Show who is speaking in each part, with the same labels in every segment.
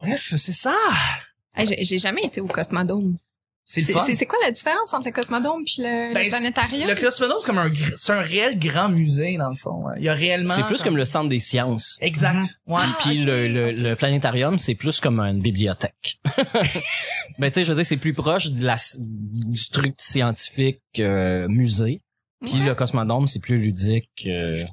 Speaker 1: Bref, c'est ça.
Speaker 2: Hey, j'ai- J'ai jamais été au Cosmodome.
Speaker 1: C'est le
Speaker 2: C'est
Speaker 1: fun.
Speaker 2: c'est- c'est quoi la différence entre le Cosmodome puis le,
Speaker 1: Ben,
Speaker 2: le planétarium?
Speaker 1: Le Cosmodome, c'est comme un, gr- c'est un réel grand musée, dans le fond. hein. Il y a réellement...
Speaker 3: C'est plus comme le Mhm. centre des sciences.
Speaker 1: Exact. Ouais.
Speaker 2: Ah,
Speaker 3: Puis
Speaker 2: ok,
Speaker 3: le, le,
Speaker 2: ok.
Speaker 3: le planétarium, c'est plus comme une bibliothèque. ben, tu sais, je veux dire, c'est plus proche de la, du truc scientifique euh, musée. Puis
Speaker 2: Ouais.
Speaker 3: le cosmodome, c'est plus ludique. euh,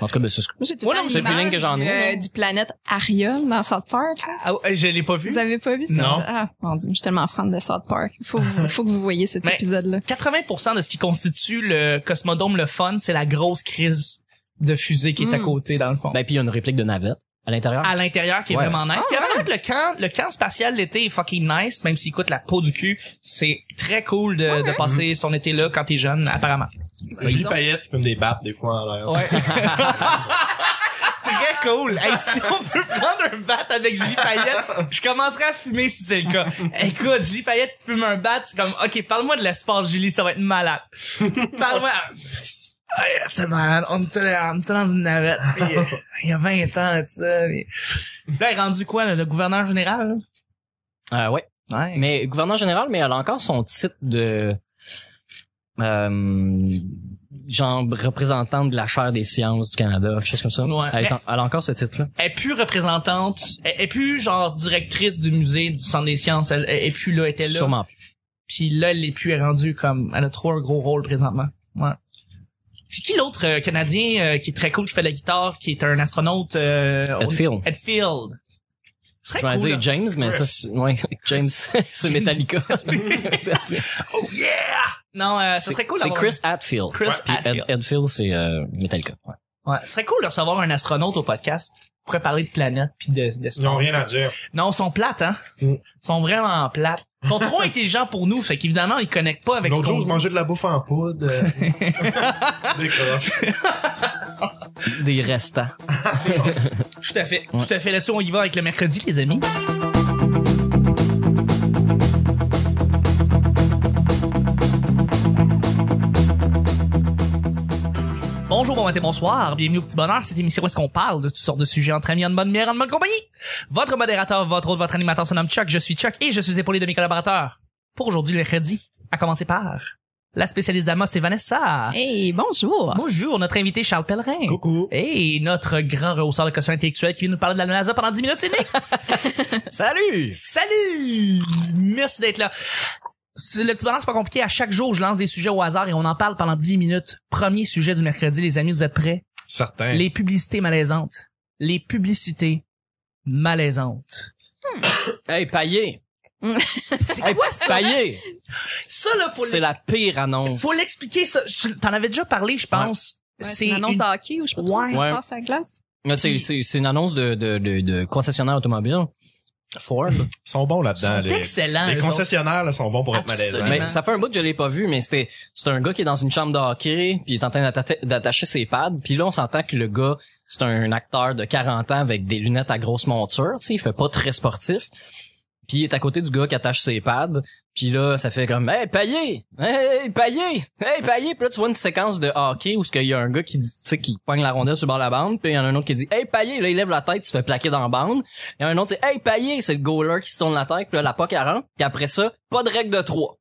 Speaker 3: en tout cas, ben, c'est ce que-
Speaker 2: J'ai tout
Speaker 1: Ouais,
Speaker 2: le temps
Speaker 1: non, c'est le
Speaker 2: l'image
Speaker 3: feeling que j'en ai,
Speaker 2: du, euh,
Speaker 3: là.
Speaker 2: du planète Ariel dans South Park.
Speaker 1: Ah, ouais, je l'ai pas vu.
Speaker 2: Vous avez pas vu cette
Speaker 1: Non.
Speaker 2: Ah, mon dieu, je suis tellement fan de South Park. Faut, faut que vous voyez cet
Speaker 1: Mais-
Speaker 2: épisode-là.
Speaker 1: 80% de ce qui constitue le Cosmodome le fun, c'est la grosse crise de fusée qui est à
Speaker 2: Mm.
Speaker 1: côté, dans le fond.
Speaker 3: Ben, puis il y a une réplique de navette à l'intérieur.
Speaker 1: à l'intérieur qui est
Speaker 3: Ouais.
Speaker 1: vraiment nice. Puis apparemment que le camp, le camp spatial l'été est fucking nice, même s'il coûte la peau du cul. C'est très cool de, de passer son été là quand t'es jeune, apparemment.
Speaker 2: dis
Speaker 4: J'ai des
Speaker 2: donc.
Speaker 4: paillettes qui fument des battes des fois en l'air.
Speaker 1: Très cool. Hey, si on veut prendre un bat avec Julie Payette, je commencerai à fumer si c'est le cas. Écoute, Julie Payette fume un bat, je suis comme, ok, parle-moi de l'espace, Julie, ça va être malade. Parle-moi. Ah, yeah, c'est malade. On était, on était dans une navette. Il y a- il y a 20 ans, tout ça. mais- Là, il est rendu quoi, là, le gouverneur général?
Speaker 3: Euh, ouais.
Speaker 1: Ah. Ouais.
Speaker 3: Mais gouverneur général, mais elle a encore son titre de euh, genre représentante de la chaire des sciences du Canada, quelque chose comme ça.
Speaker 1: Ouais.
Speaker 3: Elle, est en- elle a encore ce titre-là.
Speaker 1: elle est plus représentante, elle elle est plus genre directrice du musée du Centre des sciences, elle, elle est plus là, elle était là.
Speaker 3: Sûrement. plus.
Speaker 1: Puis là, elle est plus elle est rendue comme, elle a trop un gros rôle présentement. Ouais. C'est qui l'autre euh, Canadien euh, qui est très cool, qui fait de la guitare, qui est un astronaute? Euh, au-
Speaker 3: Hetfield.
Speaker 1: Hetfield. Ce serait
Speaker 3: Je vais
Speaker 1: cool.
Speaker 3: dire James, mais ça, c'est- ouais, James, c'est Metallica.
Speaker 1: Oh yeah! Non, euh, ça serait cool.
Speaker 3: C'est
Speaker 1: d'avoir-
Speaker 3: Chris Hadfield.
Speaker 1: Chris
Speaker 3: Puis Ed-
Speaker 1: Hadfield.
Speaker 3: Hadfield, c'est euh, Metallica. Ouais.
Speaker 1: Ouais, ce serait cool de recevoir un astronaute au podcast. On pourrait parler de planète puis de, d'espace.
Speaker 4: Ils ont rien à dire.
Speaker 1: Non, ils sont plates, hein?
Speaker 4: Mm.
Speaker 1: Ils sont vraiment plates. Ils sont trop intelligents pour nous, fait qu'évidemment, ils connectent pas avec ce
Speaker 4: L'autre
Speaker 1: qu'on
Speaker 4: jour, je mangeais de la bouffe en poudre. euh, des croches.
Speaker 3: Des restants.
Speaker 1: Tout à fait.
Speaker 3: Ouais.
Speaker 1: Tout à fait. Là-dessus, on y va avec le mercredi, les amis. Bonjour, bon matin, bonsoir. Bienvenue au Petit Bonheur. Cette émission où est-ce qu'on parle de toutes sortes de sujets entre amis, en bonne bière, en bonne compagnie. Votre modérateur, votre autre, votre animateur se nomme Chuck. Je suis Chuck et je suis épaulé de mes collaborateurs. Pour aujourd'hui, le mercredi, à commencer par la spécialiste d'Amos, c'est Vanessa.
Speaker 2: Hey, bonjour.
Speaker 1: Bonjour, notre invité Charles Pellerin.
Speaker 4: Coucou.
Speaker 1: Et notre grand rehausseur de caution intellectuelle qui vient nous parler de la NASA pendant 10 minutes, c'est Nick.
Speaker 3: Salut!
Speaker 1: Salut! Merci d'être là. C'est- Le petit bonheur, c'est pas compliqué. À chaque jour, je lance des sujets au hasard et on en parle pendant 10 minutes. Premier sujet du mercredi, les amis, vous êtes prêts?
Speaker 4: Certain.
Speaker 1: Les publicités malaisantes. Les publicités malaisantes.
Speaker 3: Hey, Paillé!
Speaker 1: C'est
Speaker 3: Hey,
Speaker 1: quoi ça?
Speaker 3: Paillé!
Speaker 1: Ça, là, faut
Speaker 3: C'est
Speaker 1: l'ex-
Speaker 3: la pire annonce.
Speaker 1: faut l'expliquer. ça. Tu- T'en avais déjà parlé, je pense.
Speaker 2: Ouais, c'est une annonce
Speaker 1: une-
Speaker 2: de hockey ou je sais pas
Speaker 1: Ouais.
Speaker 2: trop
Speaker 3: Ouais.
Speaker 2: ça se passe à la glace.
Speaker 3: Mais C'est c'est- c'est une annonce de, de, de, de concessionnaire automobile. Ford.
Speaker 4: Ils sont bons
Speaker 1: Ils sont
Speaker 4: là-dedans. Les,
Speaker 1: excellents.
Speaker 4: les
Speaker 1: eux autres.
Speaker 4: concessionnaires là, sont bons pour être
Speaker 1: Absolument.
Speaker 4: malaisants.
Speaker 3: Mais ça fait un bout que je l'ai pas vu, mais c'était c'est un gars qui est dans une chambre de hockey, puis il est en train d'atta- d'attacher ses pads, puis là on s'entend que le gars c'est un acteur de 40 ans avec des lunettes à grosse monture, tu sais, il fait pas très sportif. Puis il est à côté du gars qui attache ses pads, puis là ça fait comme hey payé, hey payé, hey payé, puis là tu vois une séquence de hockey où ce qu'il y a un gars qui dit, tu sais qui poigne la rondelle sur le bord de la bande, puis il y en a un autre qui dit hey payé, là il lève la tête, tu te fais plaquer dans la bande. Il y en a un autre qui dit hey payé, c'est le goaler qui se tourne la tête, puis là la puck elle rentre, puis après ça, pas de règle de 3.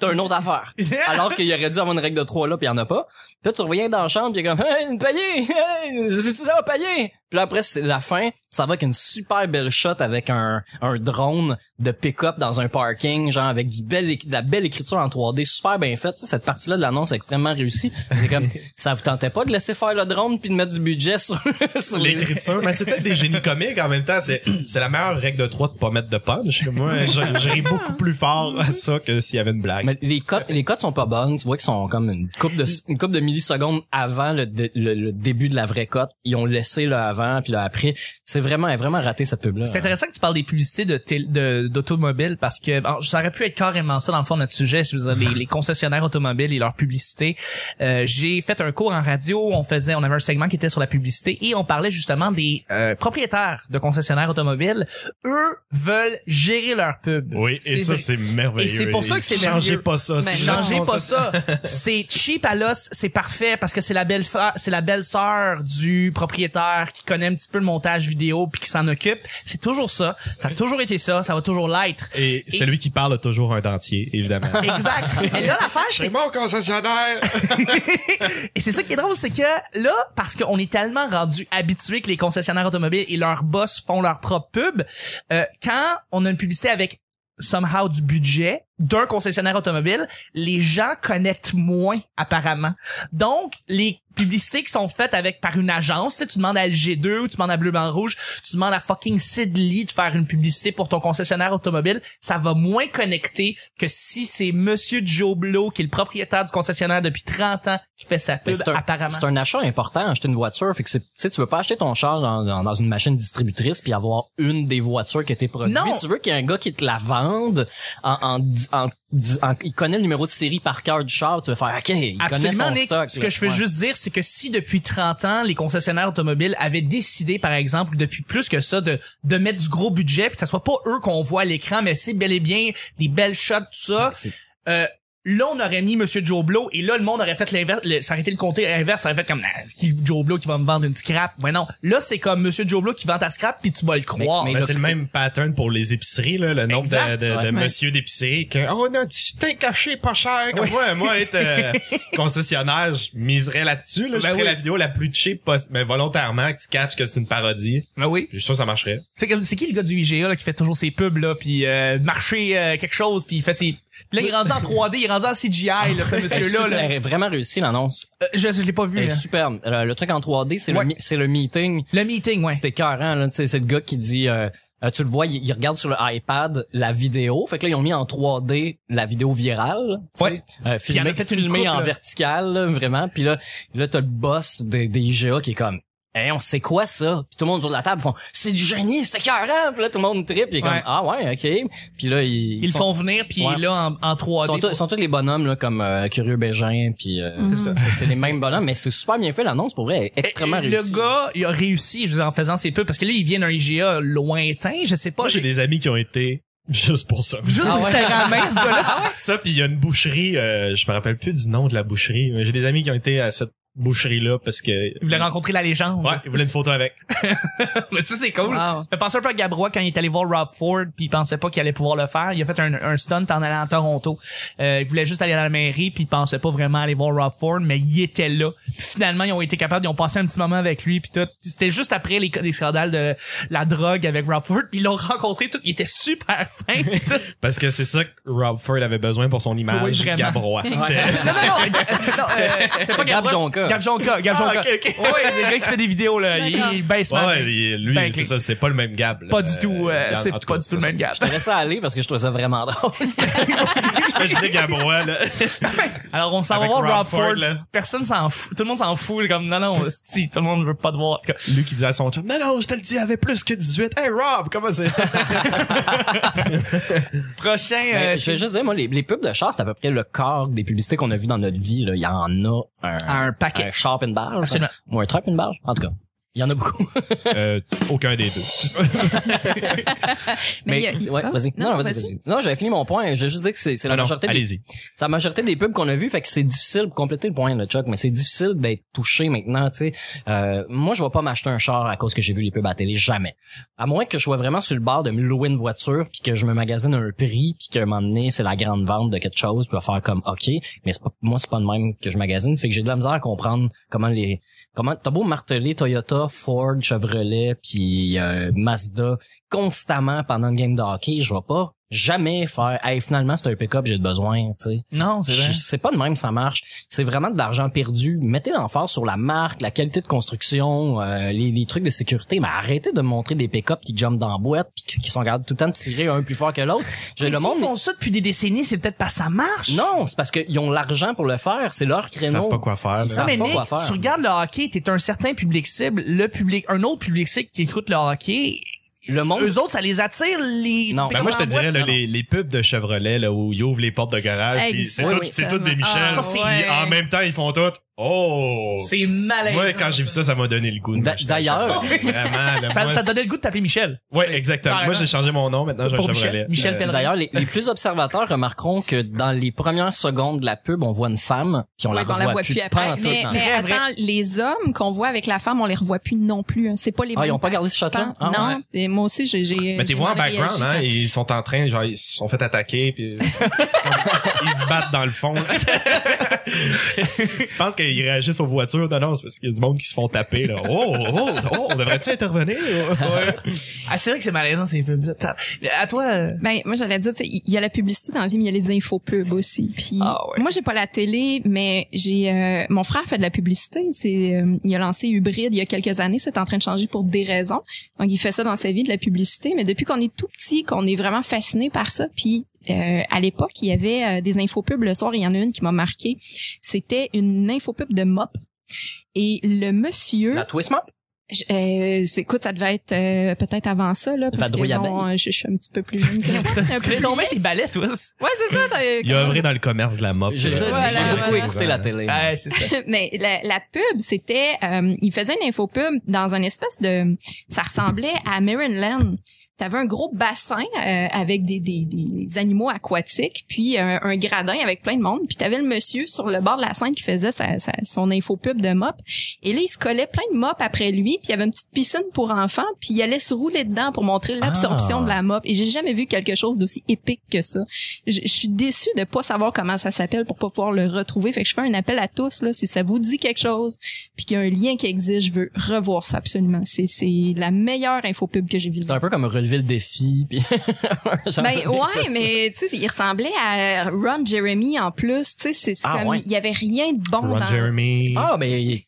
Speaker 3: T'as une autre affaire. Alors qu'il aurait dû avoir une règle de 3 là, puis il y en a pas. Puis là, tu reviens dans la chambre, puis il est comme, hey, une paillée! Hey, c'est là, paillée! Puis là, après, c'est la fin, ça va avec une super belle shot avec un, un drone de pick-up dans un parking, genre avec du bel, éc- de la belle écriture en 3D, super bien faite. Tu sais, Cette partie-là de l'annonce est extrêmement réussie. C'est comme, ça vous tentait pas de laisser faire le drone puis de mettre du budget sur, sur les...
Speaker 4: L'écriture, mais c'est peut-être des génies comiques en même temps. C'est, c'est la meilleure règle de trois de pas mettre de punch. Moi, je, je ris beaucoup plus fort à ça que s'il y avait une blague.
Speaker 3: Mais les cotes, les cotes sont pas bonnes. Tu vois qu'ils sont comme une coupe de, une coupe de millisecondes avant le, dé- le- le début de la vraie cote. Ils ont laissé le avant puis le après. C'est vraiment, elle a vraiment raté cette pub là.
Speaker 4: hein.
Speaker 1: C'est intéressant que tu parles des publicités de tél- de- d'automobiles parce que bon, ça aurait pu être carrément ça dans le fond notre sujet, si vous avez les, les concessionnaires automobiles et leur publicité. Euh, J'ai fait un cours en radio, on faisait, on avait un segment qui était sur la publicité et on parlait justement des euh, propriétaires de concessionnaires automobiles. Eux veulent gérer leur pub.
Speaker 4: Oui, et
Speaker 1: C'est
Speaker 4: ça,
Speaker 1: vrai.
Speaker 4: c'est merveilleux.
Speaker 1: Et c'est pour ça que c'est
Speaker 4: Changez
Speaker 1: merveilleux.
Speaker 4: pas ça.
Speaker 2: Mais
Speaker 4: c'est
Speaker 1: Ben, Changez
Speaker 4: vraiment
Speaker 1: pas ça. C'est cheap à l'os, c'est parfait parce que c'est la belle fa- c'est la belle sœur du propriétaire qui connaît un petit peu le montage vidéo puis qui s'en occupe. C'est toujours ça. Ça a toujours été ça. Ça va toujours l'être.
Speaker 4: Et celui qui parle a toujours un dentier, évidemment.
Speaker 1: Exact. Mais là, l'affaire, c'est
Speaker 4: mon concessionnaire!
Speaker 1: Et c'est ça qui est drôle, c'est que là, parce qu'on est tellement rendu habitué que les concessionnaires automobiles et leurs boss font leur propre pub, euh, quand on a une publicité avec somehow du budget d'un concessionnaire automobile, les gens connectent moins apparemment. Donc les publicités qui sont faites avec par une agence, tu, sais, tu demandes à LG2 ou tu demandes à Bleu Blanc Rouge, tu demandes à fucking Sidley de faire une publicité pour ton concessionnaire automobile, ça va moins connecter que si c'est monsieur Joe Blow qui est le propriétaire du concessionnaire depuis 30 ans qui fait sa
Speaker 3: Mais
Speaker 1: pub
Speaker 3: c'est un-
Speaker 1: apparemment.
Speaker 3: C'est un achat important, acheter une voiture. Fait que c'est- tu sais, tu veux pas acheter ton char dans, dans- dans une machine distributrice puis avoir une des voitures qui a été produite.
Speaker 1: Non.
Speaker 3: Tu veux qu'il y ait un gars qui te la vende en, en, di- en di- en- il connaît le numéro de série par cœur du char. Tu veux faire, OK, il connaît
Speaker 1: Absolument,
Speaker 3: son
Speaker 1: Nick.
Speaker 3: stock.
Speaker 1: Ce
Speaker 3: là.
Speaker 1: que je veux
Speaker 3: Ouais.
Speaker 1: juste dire, c'est que si depuis 30 ans, les concessionnaires automobiles avaient décidé, par exemple, depuis plus que ça, de, de mettre du gros budget, pis que ça soit pas eux qu'on voit à l'écran, mais c'est bel et bien des belles shots, tout ça,
Speaker 3: C'est-
Speaker 1: euh, là, on aurait mis Monsieur Joe Blow, et là, le monde aurait fait l'inverse, le- ça aurait été le compter inverse, ça aurait fait comme, Ah, c'est qui Joe Blow qui va me vendre une scrap? Ouais, non. Là, c'est comme Monsieur Joe Blow qui vend ta scrap, puis tu vas le croire.
Speaker 3: mais-
Speaker 4: Ben, c'est le même pattern pour les épiceries, là, le nombre
Speaker 1: Exact,
Speaker 4: de, de,
Speaker 3: ouais.
Speaker 4: de monsieur d'épicerie que Oh non, tu t'es caché pas cher comme moi, moi être euh, concessionnaire, je miserais là-dessus. Là, je
Speaker 1: Ben
Speaker 4: ferais
Speaker 1: oui.
Speaker 4: la vidéo la plus cheap possible, mais volontairement que tu catches que c'est une parodie.
Speaker 1: Ah oui.
Speaker 4: Je suis sûr que ça marcherait.
Speaker 1: C'est comme, c'est qui le gars du IGA, là, qui fait toujours ses pubs, là, puis euh, marcher euh, quelque chose, puis il fait ses... Là, il est rendu en 3D, il est rendu en CGI, là, ce
Speaker 3: Elle est
Speaker 1: monsieur-là, là.
Speaker 3: super- elle est vraiment réussi l'annonce.
Speaker 1: Euh, je, je l'ai pas vu.
Speaker 3: Elle est
Speaker 1: là.
Speaker 3: superbe. Le, le truc en 3D, c'est
Speaker 1: Ouais.
Speaker 3: le mi- c'est le meeting.
Speaker 1: Le meeting, ouais.
Speaker 3: C'était écœurant, là. Tu sais, c'est le gars qui dit, euh, euh, tu le vois, il, il regarde sur le iPad la vidéo. Fait que là, ils ont mis en 3D la vidéo virale. tu sais.
Speaker 1: Ouais.
Speaker 3: Euh,
Speaker 1: il en
Speaker 3: filmé,
Speaker 1: a fait une
Speaker 3: filmé
Speaker 1: couple,
Speaker 3: en
Speaker 1: là.
Speaker 3: vertical, là, vraiment. Puis là, là, t'as le boss des, des IGA qui est comme, Hey, on sait quoi ça? Puis tout le monde autour de la table font C'est du génie, c'était écœurant! Puis là, tout le monde tripe, puis il est
Speaker 1: Ouais.
Speaker 3: comme Ah ouais, ok. Puis là, ils,
Speaker 1: Ils le
Speaker 3: sont-
Speaker 1: font venir, puis il est
Speaker 3: Ouais.
Speaker 1: là, en, en 3D.
Speaker 3: sont, tous- sont tous les bonhommes là, comme euh, Curieux Bégin, puis euh,
Speaker 2: C'est
Speaker 3: c'est c'est les mêmes bonhommes, mais c'est super bien fait l'annonce pour vrai, elle est extrêmement
Speaker 1: Et- et
Speaker 3: réussie.
Speaker 1: eh, Le gars, il a réussi je veux dire, en faisant ses pubs, parce que là, il vient d'un IGA lointain, je sais pas.
Speaker 4: Moi, j'ai des amis qui ont été juste pour ça.
Speaker 1: Juste
Speaker 3: Ah
Speaker 1: pour
Speaker 3: ouais.
Speaker 1: serrer la main, ce gars-là.
Speaker 4: Ça, puis il y a une boucherie, euh, je me rappelle plus du nom de la boucherie, mais j'ai des amis qui ont été à cette boucherie-là parce que...
Speaker 1: Il voulait rencontrer la légende.
Speaker 4: Ouais, ils voulaient une photo avec.
Speaker 1: Mais ça, c'est cool.
Speaker 2: Wow.
Speaker 1: Fait penser un peu à Gabrois quand il est allé voir Rob Ford puis il pensait pas qu'il allait pouvoir le faire. Il a fait un, un stunt en allant à Toronto. Euh, il voulait juste aller à la mairie puis il pensait pas vraiment aller voir Rob Ford, mais il était là. Puis finalement, ils ont été capables, ils ont passé un petit moment avec lui puis tout. C'était juste après les, les scandales de la drogue avec Rob Ford. Puis ils l'ont rencontré tout. Il était super fin puis tout.
Speaker 4: Parce que c'est ça que Rob Ford avait besoin pour son
Speaker 1: Oui,
Speaker 4: image
Speaker 1: vraiment.
Speaker 4: Gabrois. C'était-
Speaker 1: non, non, non. euh, non, euh, C'était pas
Speaker 3: Gab
Speaker 1: Gabrois,
Speaker 3: Jonca.
Speaker 1: Gab Jonca. Gab
Speaker 4: Ah,
Speaker 1: Jonca.
Speaker 4: ok, ok.
Speaker 1: Ouais, c'est le gars qui fait des vidéos là. Il,
Speaker 2: D'accord.
Speaker 1: il baisse
Speaker 4: Ouais,
Speaker 1: man.
Speaker 4: ouais, il- lui,
Speaker 1: Ben,
Speaker 4: c'est
Speaker 1: clé.
Speaker 4: ça, c'est pas le même Gab. là.
Speaker 1: Pas du tout. euh,
Speaker 4: Euh,
Speaker 1: c'est
Speaker 4: en tout
Speaker 1: pas
Speaker 4: cas,
Speaker 1: du tout le
Speaker 4: ça.
Speaker 1: même Gab.
Speaker 3: Je laisse ça aller parce que je trouvais ça vraiment drôle.
Speaker 4: Je fais Gabrois, là.
Speaker 1: Alors on s'en va
Speaker 4: Avec
Speaker 1: voir Rob
Speaker 4: Rob
Speaker 1: Ford.
Speaker 4: Ford, là.
Speaker 1: Personne s'en fout. Tout le monde s'en fout. Comme non non, si tout le monde veut pas te voir. En tout cas,
Speaker 4: Lui qui dit à son chum, non, non, je te le dis, il avait plus que 18. Hey, Rob, comment c'est?
Speaker 1: prochain.
Speaker 3: Mais
Speaker 1: euh,
Speaker 3: je vais juste dire, moi, les, les pubs de char, c'est à peu près le corps des publicités qu'on a vues dans notre vie. Là. Il y en a un,
Speaker 1: Un paquet.
Speaker 3: Un char puis une barge.
Speaker 1: Absolument.
Speaker 3: Ou un truck puis une barge. En tout cas, il y en a beaucoup.
Speaker 4: Euh, aucun des deux.
Speaker 2: Mais il y a- il-
Speaker 3: ouais,
Speaker 2: ah,
Speaker 3: vas-y. Non, non, vas-y, vas-y. Non, j'avais fini mon point. Je vais juste dire que c'est c'est la,
Speaker 4: Ah Non, non,
Speaker 3: majorité des-
Speaker 4: allez-y.
Speaker 3: c'est la majorité des pubs qu'on a vues. Fait que c'est difficile, pour compléter le point, le Chuck, mais c'est difficile d'être touché maintenant, tu sais. Euh, moi, je vais pas m'acheter un char à cause que j'ai vu les pubs à la télé. Jamais. À moins que je sois vraiment sur le bord de me louer une voiture, puis que je me magasine un prix, puis qu'à un moment donné, c'est la grande vente de quelque chose, puis je vais faire comme OK, mais c'est pas, moi, c'est pas de même que je magasine. Fait que j'ai de la misère à comprendre comment les. Comment t'as beau marteler Toyota, Ford, Chevrolet, puis euh, Mazda constamment pendant une game de hockey, je vais pas jamais faire Hey, finalement c'est un pick-up, j'ai besoin, tu sais.
Speaker 1: non, c'est vrai.
Speaker 3: Je- C'est pas de même, ça marche. C'est vraiment de l'argent perdu. Mettez l'emphase sur la marque, la qualité de construction, euh, les, les trucs de sécurité. Mais arrêtez de me montrer des pick-up qui jumpent dans la boîte puis qui, qui sont capables tout le temps de tirer un plus fort que l'autre. Je-
Speaker 1: Mais
Speaker 3: Le
Speaker 1: s'ils
Speaker 3: monde.
Speaker 1: font ça depuis des décennies, c'est peut-être parce que ça marche.
Speaker 3: Non, c'est parce qu'ils ont l'argent pour le faire. C'est leur
Speaker 4: Ils
Speaker 3: créneau.
Speaker 4: savent pas quoi faire,
Speaker 3: Ils
Speaker 1: Non,
Speaker 4: là.
Speaker 3: savent-
Speaker 1: mais
Speaker 3: pas
Speaker 1: Nick,
Speaker 3: quoi faire.
Speaker 1: tu regardes le hockey, t'es un certain public cible, le public, un autre public cible qui écoute le hockey,
Speaker 3: Le monde.
Speaker 1: eux autres, ça les attire, les...
Speaker 3: Non.
Speaker 4: Ben, moi, je te dirais, là,
Speaker 1: Non, non.
Speaker 4: les, les pubs de Chevrolet, là, où ils ouvrent les portes de garage, puis c'est
Speaker 2: Exactement.
Speaker 4: tout, c'est tout des Michel.
Speaker 1: Ah, ça, c'est-
Speaker 4: Puis en même temps, ils font tout. Oh!
Speaker 1: C'est hein, malaisant.
Speaker 4: Moi, quand j'ai vu ça, ça m'a donné le goût. de
Speaker 3: D'a-
Speaker 4: m'acheter un
Speaker 3: D'ailleurs,
Speaker 4: Chevrolet. Vraiment, là,
Speaker 1: Ça,
Speaker 4: moi,
Speaker 1: ça donnait le goût de t'appeler Michel.
Speaker 4: Ouais, exactement. Moi, j'ai changé mon nom. Maintenant, j'ai un
Speaker 1: Pour
Speaker 4: Chevrolet.
Speaker 1: Michel- Michel
Speaker 4: Euh,
Speaker 1: Pelletier.
Speaker 3: D'ailleurs, les, les plus observateurs remarqueront que dans les premières secondes de la pub, on voit une femme, puis on
Speaker 2: Ouais,
Speaker 3: la
Speaker 2: qu'on
Speaker 3: revoit plus.
Speaker 2: après.
Speaker 3: pantoute
Speaker 2: Mais,
Speaker 3: dans-
Speaker 2: mais
Speaker 1: Très vrai.
Speaker 2: attends, les hommes qu'on voit avec la femme, on les revoit plus non plus. hein. C'est pas les
Speaker 3: Ah, ils
Speaker 2: mêmes
Speaker 3: ont pas gardé ce
Speaker 2: participants.
Speaker 3: shot-là? Ah,
Speaker 2: non, et moi aussi, j'ai. j'ai-
Speaker 4: Mais t'es
Speaker 2: j'ai
Speaker 4: vois en
Speaker 2: mal
Speaker 4: background,
Speaker 2: réagi
Speaker 4: hein,
Speaker 2: quand-
Speaker 4: ils sont en train, genre, ils se sont fait attaquer, puis ils se battent dans le fond. là. tu penses qu'ils réagissent aux voitures? Non, non, c'est parce qu'il y a du monde qui se font taper, là. Oh, oh, oh, devrais-tu intervenir?
Speaker 1: Ah, c'est vrai que c'est malaisant, ces pubs-là. T'as- Mais À toi. euh,
Speaker 2: Ben, moi, j'allais dire, tu sais, il y a la publicité dans la vie, mais il y a les infopubs aussi. Puis,
Speaker 1: Ah ouais.
Speaker 2: moi, j'ai pas la télé, mais j'ai, euh, mon frère fait de la publicité. C'est, euh, il a lancé Hybrid il y a quelques années. C'est en train de changer pour des raisons. Donc, il fait ça dans sa vie, de la publicité. Mais depuis qu'on est tout petit, qu'on est vraiment fasciné par ça, puis, euh, à l'époque, il y avait euh, des infopubs le soir. Il y en a une qui m'a marqué. C'était une infopub de Mop. Et le monsieur,
Speaker 3: La twist map?
Speaker 2: je- euh, c'est- écoute, ça devait être euh, peut-être avant ça, là, parce que
Speaker 3: Vadrouille
Speaker 2: bon,
Speaker 3: abeille.
Speaker 2: euh, je, je suis un petit peu plus jeune que toi. T'es un
Speaker 1: Tu
Speaker 2: peu
Speaker 1: connais
Speaker 2: plus
Speaker 1: ton mec, tes
Speaker 2: vieille.
Speaker 1: balais, toi.
Speaker 2: Ouais, c'est ça. t'as-
Speaker 4: Il a œuvré dans le commerce de la mop.
Speaker 3: J'ai
Speaker 4: là.
Speaker 3: ça,
Speaker 2: Voilà,
Speaker 3: j'ai beaucoup
Speaker 2: voilà.
Speaker 3: écouté la télé.
Speaker 1: Ouais, c'est ça.
Speaker 2: Mais la, la pub, c'était, euh, il faisait une infopub dans un espèce de, ça ressemblait à Maryland. T'avais un gros bassin euh, avec des, des, des animaux aquatiques, puis euh, un, un gradin avec plein de monde, puis t'avais le monsieur sur le bord de la scène qui faisait sa, sa- son infopub de mop, et là il se collait plein de mop après lui, puis il y avait une petite piscine pour enfants, puis il allait se rouler dedans pour montrer l'absorption
Speaker 3: Ah.
Speaker 2: de la mop, et j'ai jamais vu quelque chose d'aussi épique que ça. Je, je suis déçue de pas savoir comment ça s'appelle pour pas pouvoir le retrouver. Fait que je fais un appel à tous là, si ça vous dit quelque chose, puis qu'il y a un lien qui existe, je veux revoir ça absolument. C'est c'est la meilleure infopub que j'ai vue. de
Speaker 3: C'est un peu comme relever le défi. Puis Genre,
Speaker 2: Ben ouais, mais tu sais, il ressemblait à Ron Jeremy en plus. Tu sais, c'est c'est
Speaker 3: Ah
Speaker 2: comme
Speaker 3: ouais.
Speaker 2: il y avait rien de bon
Speaker 4: Ron
Speaker 2: dans.
Speaker 4: Jeremy.
Speaker 3: Ah, mais...